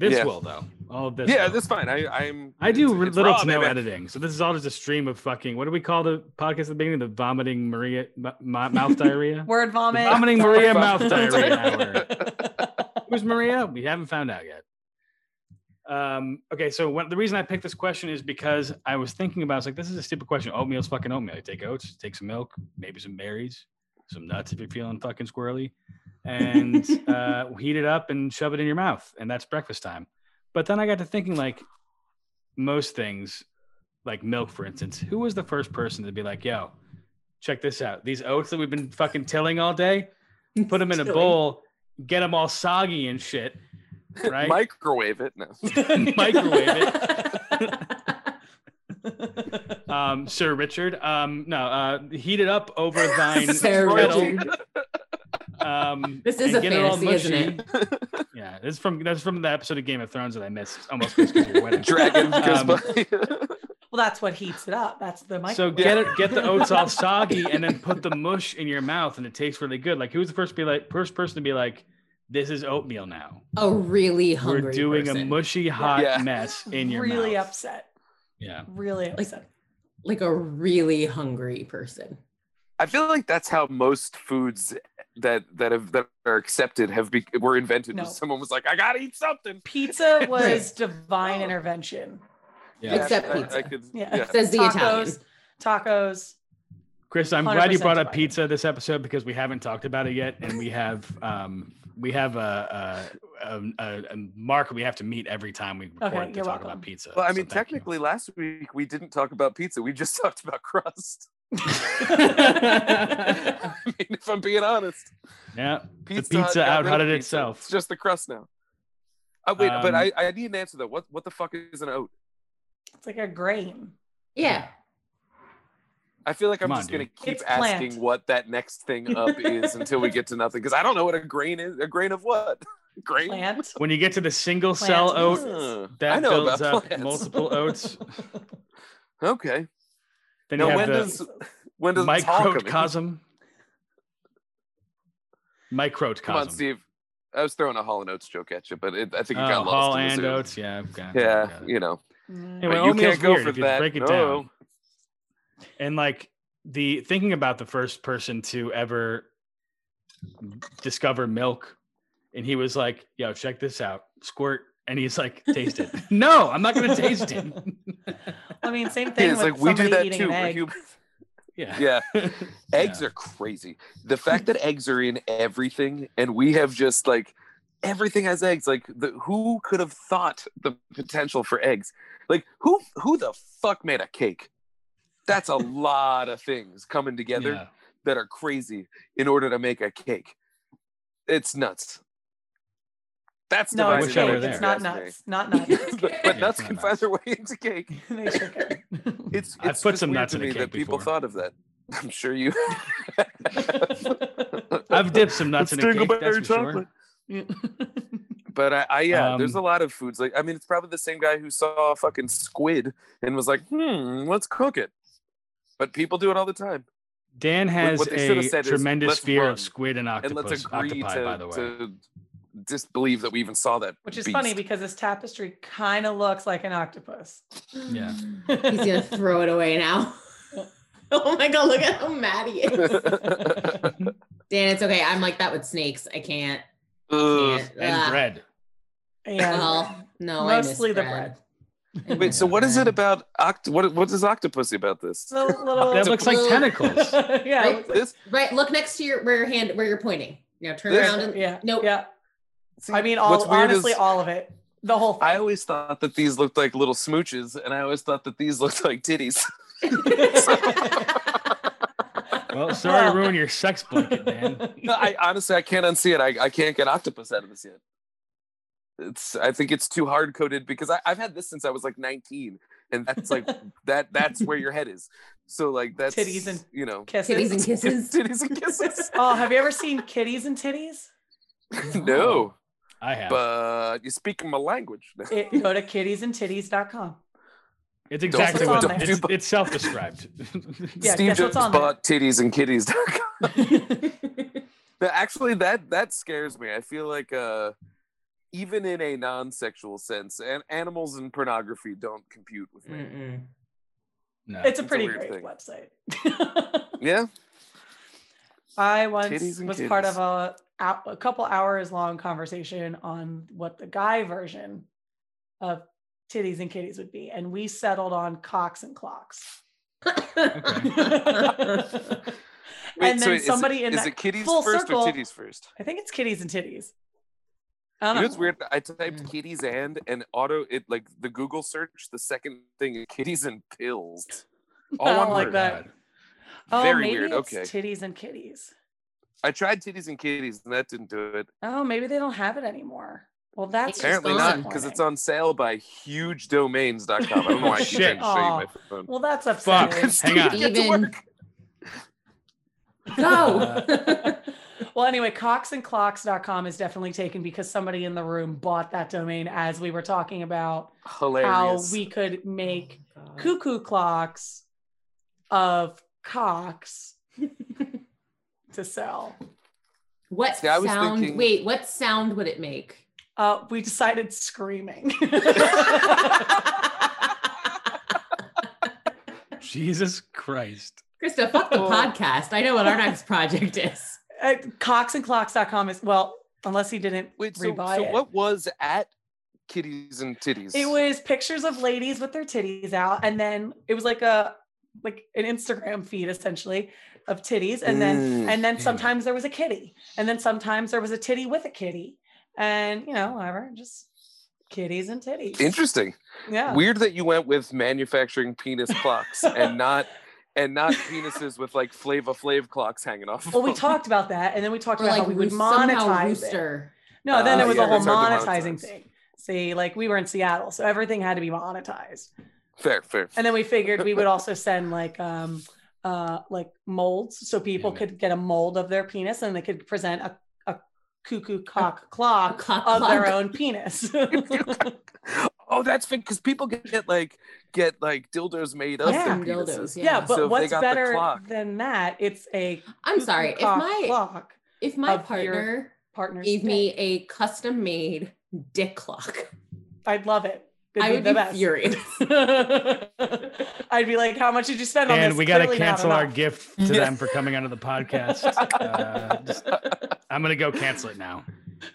This
Yeah.
will though. All of this.
yeah,
will.
that's fine. I, I'm.
I do
it's- it's
little
raw,
to no
baby.
editing, so this is all just a stream of fucking. What do we call the podcast at the beginning? The vomiting Maria m- m- mouth diarrhea.
Word vomit.
vomiting Maria mouth
Sorry.
diarrhea hour. Who's Maria? We haven't found out yet. Um, okay, so when, the reason I picked this question is because I was thinking about. I was like, this is a stupid question. Oatmeal's fucking oatmeal. You take oats, take some milk, maybe some berries, some nuts if you're feeling fucking squirrely, and uh, heat it up and shove it in your mouth, and that's breakfast time. But then I got to thinking, like most things, like milk, for instance, who was the first person to be like, yo, check this out? These oats that we've been fucking tilling all day, put them in a
Tilling.
bowl, get them all soggy and shit, right?
Microwave it. No.
Microwave it. Um, Sir Richard, um, no, uh, heat it up over thine
Sir
kettle,
Richard.
Um,
This is
and
a
get it all
fantasy, isn't
mushy. yeah, this is from that's from the episode of Game of Thrones that I missed. Almost missed 'cause of your wedding.
Dragon goes
Um,
by.
Well, that's what heats it up. That's the mic.
So get it, get the oats all soggy, and then put the mush in your mouth, and it tastes really good. Like, who's the first to be like first person to be like, "This is oatmeal now.
a really hungry
We're doing a
person.
mushy hot
Yeah.
mess in your
really
mouth."
upset.
Yeah,
Really upset.
like a really hungry person.
I feel like that's how most foods that that have that are accepted have be, were invented.
No.
Someone was like, "I gotta eat something."
Pizza was divine intervention.
yeah.
Except
I- I
pizza.
could-
Yeah.
yeah.
Says the
tacos,
Italian.
tacos,
Chris, I'm glad you
100%
brought up
divided.
pizza this episode because we haven't talked about it yet, and we have um, we have a, a, a, a, a mark we have to meet every time we record
Okay,
to
you're
talk
welcome.
about pizza.
Well, I
So
mean,
thank you.
technically, last week we didn't talk about pizza. We just talked about crust. I mean, if I'm being honest,
yeah.
pizza,
pizza
Hut got
outhutted
rid of pizza.
itself.
It's just the crust now. Uh, wait, but
Um,
I, I need an answer though. What what the fuck is an oat?
It's like a grain.
Yeah.
I feel like I'm
Come on,
just gonna
dude.
keep
It's plant.
asking what that next thing up is until we get to nothing because I don't know what a grain is. A grain of what? Grain.
Plant.
When you get to the single cell
Plant.
oat
Uh, I
that
know
builds
about
up
plants.
multiple oats,
Okay.
then
Now,
you have
when
the
does when does tall come in?
microcosm. Microcosm.
Come on, Steve. I was throwing a Hall and Oats joke at you, but it, I think it
Oh,
got
Hall
lost. in the
and
zoo.
oats. Yeah. I've got it, I've
Yeah,
got it.
you know.
Mm.
Anyway,
but you
oatmeal's
can't go
weird
for
if you
that.
break it
no.
down. and like the thinking about the first person to ever discover milk and he was like yo check this out squirt and he's like taste it no i'm not gonna taste it
I mean, same
Yeah,
thing.
it's
with
like we do
somebody
that
eating
too.
an
We're
egg.
human.
yeah
Yeah.
Yeah.
Eggs are crazy. The fact that eggs are in everything and we have just like everything has eggs. Like the, who could have thought the potential for eggs? Like who who the fuck made a cake? That's a lot of things coming together
Yeah.
that are crazy in order to make a cake. It's nuts. That's
No,
I
it's
wish I were
cake. It's
there.
not
Yes,
nuts. Not nuts.
but,
Yeah,
but
it's
nuts
not
can
nuts.
find their way into cake.
they sure can.
It's,
I've
it's
put
just
some
weird
nuts
to
in a
me
cake
that people
before.
thought of that. I'm sure you.
i've dipped some nuts in a cake that's for sure
But I, I yeah, there's a
Um,
lot of foods. Like I mean, it's probably the same guy who saw a fucking squid and was like, "Hmm, let's cook it." But people do it all the time.
dan has
what they should have
a
said is,
tremendous
"Let's
fear
run
of squid and
and let's
octopus
agree
octopi
to,
by the way
to disbelieve that we even saw that.
Which is
beast.
funny because this tapestry kind of looks like an octopus.
Yeah.
He's gonna throw it away now. oh my god, look at how mad he is. Dan, it's okay. I'm like that with snakes. I can't.
Ugh.
can't.
and
Ugh.
bread
yeah.
Well, no,
Mostly
I miss
the
I
Wait,
miss
so what is it
bread.
about oct? What what is octopus about this?
It's a little.
that looks like
Octopus.
tentacles
yeah. it
Right?
looks like-
This
Right, look next to your where your hand where you're pointing. Now turn
This-
around and
yeah.
nope.
Yeah.
see,
I mean, all
what's weird
honestly,
is-
all of it. The whole
I
thing.
always thought that these looked like little smooches, and I always thought that these looked like titties.
well sorry to
Oh.
ruin your sex blanket man
No, I honestly I can't unsee it. I, I can't get octopus out of this yet. It's I think it's too hard coded because I, I've had this since I was like 19, and that's like that that's where your head is. So like that's
Titties and-
you know
Titties
Kisses.
and kisses.
titties and kisses.
Oh, have you ever seen kitties and titties? Oh,
no,
i have
but you speak my language.
It, go to kittiesandtitties.com.
It's exactly
what's
what
on
it's,
there.
it's self-described.
Yeah,
Steve
guess what's
Jobs
on there?
bought titties and kitties. But actually, that that scares me. I feel like uh, even in a non-sexual sense, and animals and pornography don't compute with
Mm.
me.
Mm-mm.
no.
It's a
a
pretty
weird thing.
great website.
Yeah,
I once
Titties and
was part
kitties.
of a ou- a couple hours long conversation on what the guy version of titties and kitties would be, and we settled on cocks and clocks.
Wait,
and
so
then
is it-
somebody in
is
that
it kitties
full
first
circle-
or titties first?
I think it's kitties and titties.
You
I
know,
don't
it's
know.
weird. I typed
Mm.
kitties and and auto it like the Google search. The second thing is kitties and pills.
I
All
don't
one
Oh, like
word.
that. Oh,
Very
maybe
weird.
it's
Okay,
titties and kitties.
I tried titties and kitties, and that didn't do it.
Oh, maybe they don't have it anymore. Well, that's
It's
Apparently
gone.
not, because it's on sale by hugedomains.com. I don't know why I keep trying
Shit.
to show you my
Aw.
phone.
Well, that's
Fuck.
upsetting.
Hang on.
Get to
Even
work.
go.
well, anyway, cocksandclocks.com is definitely taken because somebody in the room bought that domain as we were talking about
Hilarious.
how we could make cuckoo clocks of cocks to sell.
What
See, I was
sound?
thinking-
Wait, what sound would it make?
Uh, we decided screaming.
Jesus Christ.
Krista, fuck the
Oh.
podcast. I know what our next project is.
Uh, cocksandclocks.com is, well, unless he didn't
Wait, so,
rebuy
so
it.
what was at Kitties and Titties?
It was pictures of ladies with their titties out, and then it was like a like an Instagram feed essentially of titties, and then
Mm.
and then sometimes there was a kitty, and then sometimes there was a titty with a kitty, and you know whatever, just kitties and titties.
Interesting.
yeah,
Weird that you went with manufacturing penis clocks and not and not penises with like Flava Flav clocks hanging off. of
well, we
them.
talked about that, and then we talked
Or
about
like
how we would
somehow
monetize it.
rooster.
No, then
Oh,
there was
yeah,
a whole
that's how to
monetizing
monetize.
thing. See, like we were in Seattle, so everything had to be monetized.
Fair, fair.
And then we figured we would also send like um uh like molds so people
Damn it.
could get a mold of their penis and they could present a, a cuckoo cock clock
cock
of their
clock.
own penis.
Oh, that's because people get like get like dildos made up.
Yeah.
Yeah.
Some dildos. Yeah.
yeah, but
So if they
what's
got the
better
clock.
than that? It's a
I'm
cuckoo
sorry. If
cock
my
clock
if my
of your
partner
partner
gave me a custom made dick clock,
I'd love it. It'd
I would
the
be
best.
furious.
I'd be like, how much did you spend on this?
and we got to
Clearly not
cancel our
enough.
gift to them for coming onto the podcast. Uh, just- I'm gonna go cancel it now.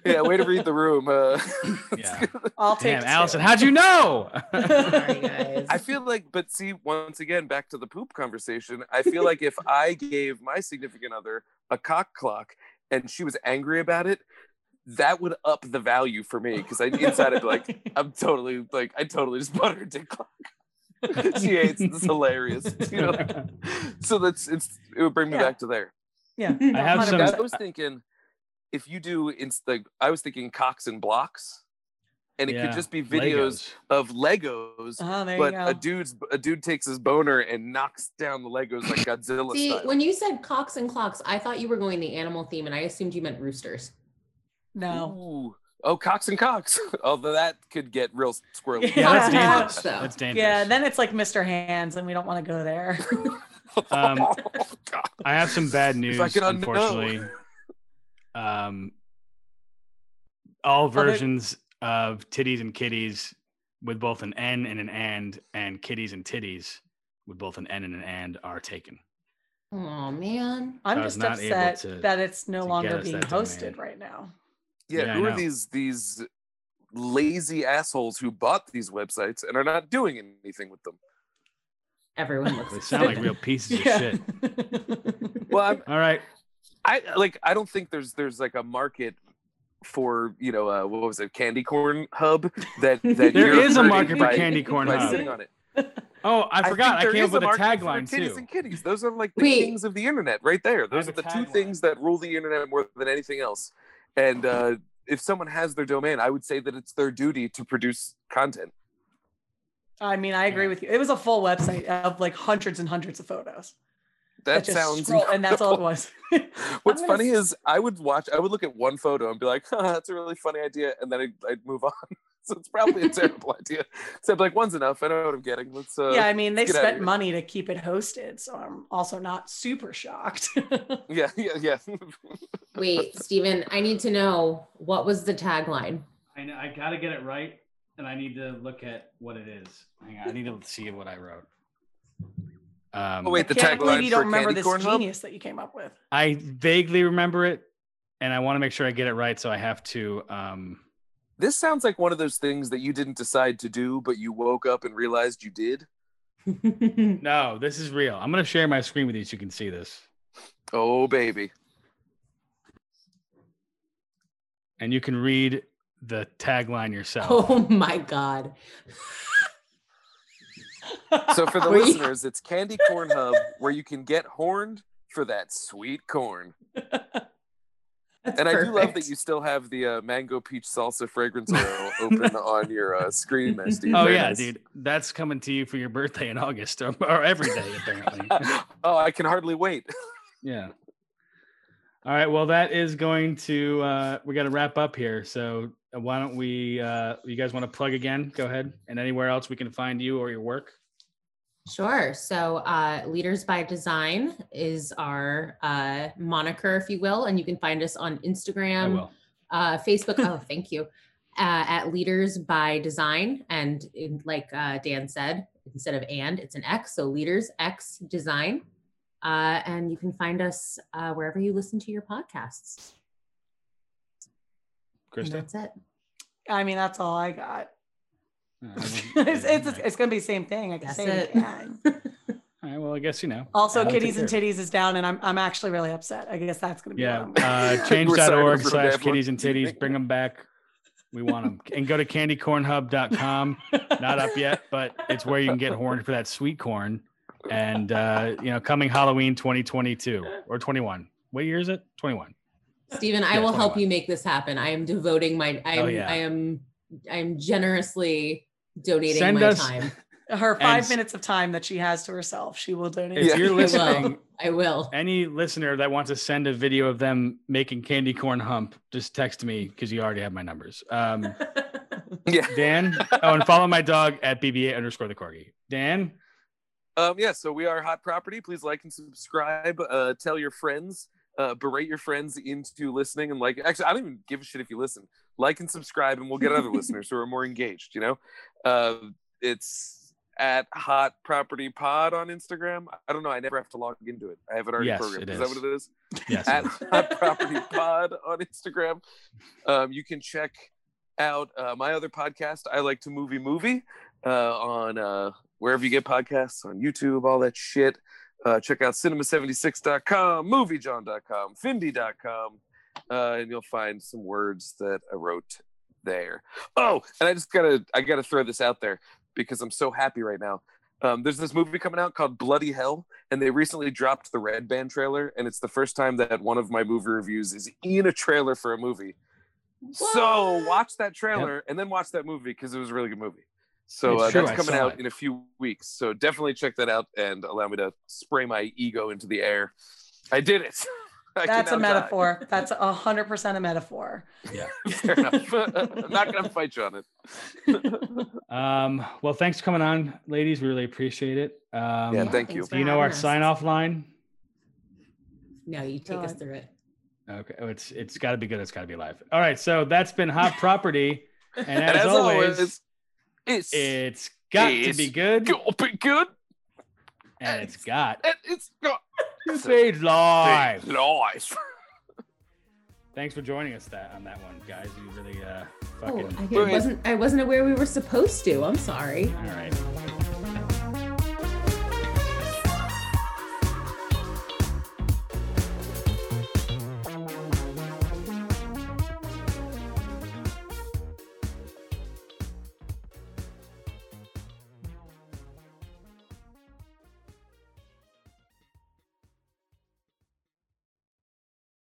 yeah, way to read the room. Uh,
Yeah,
I'll take
damn,
two.
Allison, how'd you know?
Sorry, guys.
I feel like, but see, once again, back to the poop conversation. I feel like if I gave my significant other a cock clock and she was angry about it, that would up the value for me because I inside I'd be like, I'm totally like, I totally just bought her a dick clock. she hates it. It's hilarious. You know, so that's it's it would bring me
Yeah.
back to there.
I have some.
I was thinking if you do it's like I was thinking cocks and blocks, and it
Yeah,
could just be videos
Legos.
of Legos.
Oh, there
but
you go.
a dude's a dude takes his boner and knocks down the Legos like Godzilla
See,
style.
when you said cocks and clocks, I thought you were going the animal theme, and I assumed you meant roosters.
no.
Ooh. Oh, cocks and cocks. Although that could get real squirrely.
Yeah, that's
Yeah.
dangerous.
Though.
That's dangerous.
Yeah, then it's like Mr. Hands, and we don't want to go there.
Um,
Oh, God.
I have some bad news.
If I could un- know.
unfortunately, um, all versions of titties and kitties with both an N and an and, and kitties and titties with both an N and an and are taken.
Oh man.
I'm
I was
just
not able
upset
to-
that it's no
to
longer
get us
being
that
hosted
domain.
right now.
Yeah,
Yeah, I
who are
know.
these these lazy assholes who bought these websites and are not doing anything with them?
Everyone
They
looks
sound like real pieces of shit.
Well, I'm,
All right.
I like I don't think there's there's like a market for you know uh, what was it candy corn hub that that
There
you're
is a
hurting
market for
by-
candy corn
by
hub.
sitting on it.
Oh, I
think
forgot. I,
there
came up
is
with a
market for
tagline
titties
too.
and kitties. Those are like the
Wait.
kings of the internet, right there. Those are
have
the
a
two
tagline.
things that rule the internet more than anything else. And uh, if someone has their domain, I would say that it's their duty to produce content.
I mean, I agree with you. It was a full website of like hundreds and hundreds of photos.
That
just
sounds.
scroll- and that's all it was.
What's
I'm gonna
funny
s-
is I would watch, I would look at one photo and be like, huh, "That's a really funny idea," and then I'd, I'd move on. so it's probably a terrible idea. Except like one's enough. I know what I'm getting. Let's. Uh,
yeah, I mean, they
get outta
spent
here.
money to keep it hosted, so I'm also not super shocked.
Yeah. Yeah. Yeah.
Wait, Steven, I need to know what was the tagline?
I know. I got to get it right, and I need to look at what it is. Hang on. I need to see what I wrote. Um,
oh wait, the
Can't believe
tagline
you
for
don't remember
Candy
this
Corn Hub.
genius that you came up with.
I vaguely remember it, and I want to make sure I get it right, so I have to. Um,
This sounds like one of those things that you didn't decide to do, but you woke up and realized you did.
no, this is real. I'm gonna share my screen with you so you can see this,
Oh, baby.
and you can read the tagline yourself.
oh my god.
So, for the
Were you-
listeners, it's Candy Corn Hub where you can get horned for that sweet corn.
That's
And I do love that
perfect.
you still have the uh, mango peach salsa fragrance oil open on your uh, screen there, Steve.
Oh
Very
yeah,
nice.
dude, that's coming to you for your birthday in August, or, or every day apparently.
oh, I can hardly wait.
yeah. All right. Well, that is going to. Uh, we got to wrap up here. So uh, why don't we? Uh, you guys want to plug again? Go ahead. And anywhere else we can find you or your work.
Sure. So, uh, Leaders by Design is our uh, moniker, if you will, and you can find us on Instagram,
I will.
uh, Facebook. oh, thank you. Uh, at Leaders by Design, and in, like uh, Dan said, instead of and, it's an X. So Leaders X Design, uh, and you can find us uh, wherever you listen to your podcasts. And
Krista.
that's it.
I mean, that's all I got.
All right,
it's,
well, Mm-hmm.
it's, it's, it's going to be the same thing. I can
That's
say it
it.
again.
all right, right, well, I guess you know.
Also,
I'll take
kitties and
care.
titties is down, and I'm I'm actually really upset. I guess that's gonna be
Yeah.
what I'm-
Uh,
We're signing
change.org
up for
slash
that one.
kitties and titties. Bring them back. We want them. and go to candycornhub.com. uh, Not up yet, but it's where you can get horned for that sweet corn. And, uh, you know, coming Halloween 2022 or 21. What year is it? 21.
Steven,
Yeah,
I will help
21.
you make this happen. I am devoting my I am
Oh, yeah.
I am I am generously donating
Send
my
us-
time.
Her five
s-
minutes of time that she has to herself, she will donate.
If
Yeah.
you're
I
listening,
will. I will.
any listener that wants to send a video of them making candy corn hump, just text me because you already have my numbers. Um,
Yeah.
Dan, oh, and follow my dog at BBA underscore the corgi. Dan,
Um, yeah, so we are Hot Property. Please like and subscribe. Uh, tell your friends. Uh, berate your friends into listening and like. Actually, I don't even give a shit if you listen. Like and subscribe, and we'll get other listeners who are more engaged. You know, uh, it's at Hot Property Pod on Instagram. I don't know. I never have to log into it. I have it already
Yes,
programmed.
it
is
is.
that what it is?
yes.
at
it is.
Hot Property Pod on Instagram. Um, you can check out uh, my other podcast, I Like to Movie Movie, uh, on uh, wherever you get podcasts, on YouTube, all that shit. Uh, check out cinema76.com, moviejohn.com, findy.com, uh, and you'll find some words that I wrote there. Oh, and I just gotta, I gotta throw this out there because I'm so happy right now. Um, there's this movie coming out called Bloody Hell, and they recently dropped the Red Band trailer, and it's the first time that one of my movie reviews is in a trailer for a movie. So
What?
watch that trailer and then watch that movie because it was a really good movie. So
It's
uh,
true,
that's
I
coming
saw
out
it.
in a few weeks. So definitely check that out and allow me to spray my ego into the air. I did it. I can
That's a
now die.
metaphor. That's a hundred percent a metaphor.
Fair enough. I'm not gonna fight you on it.
Um, well, thanks for coming on, ladies. We really appreciate it.
Yeah,
Um,
thank
Thanks
you.
for
do you know
having
our
us.
sign off line?
No, you take us
God.
through it.
Okay, oh, it's it's got to be good. It's got to be live. All right, so that's been hot property, and as,
And as
always,
always, it's,
it's got to
it's
be good,
gonna be good.
and it's got
And it's gonna
to be live.
be live.
Thanks for joining us that on that one, guys. You really uh,
Oh,
fucking
I wasn't I wasn't aware we were supposed to. I'm sorry.
all right.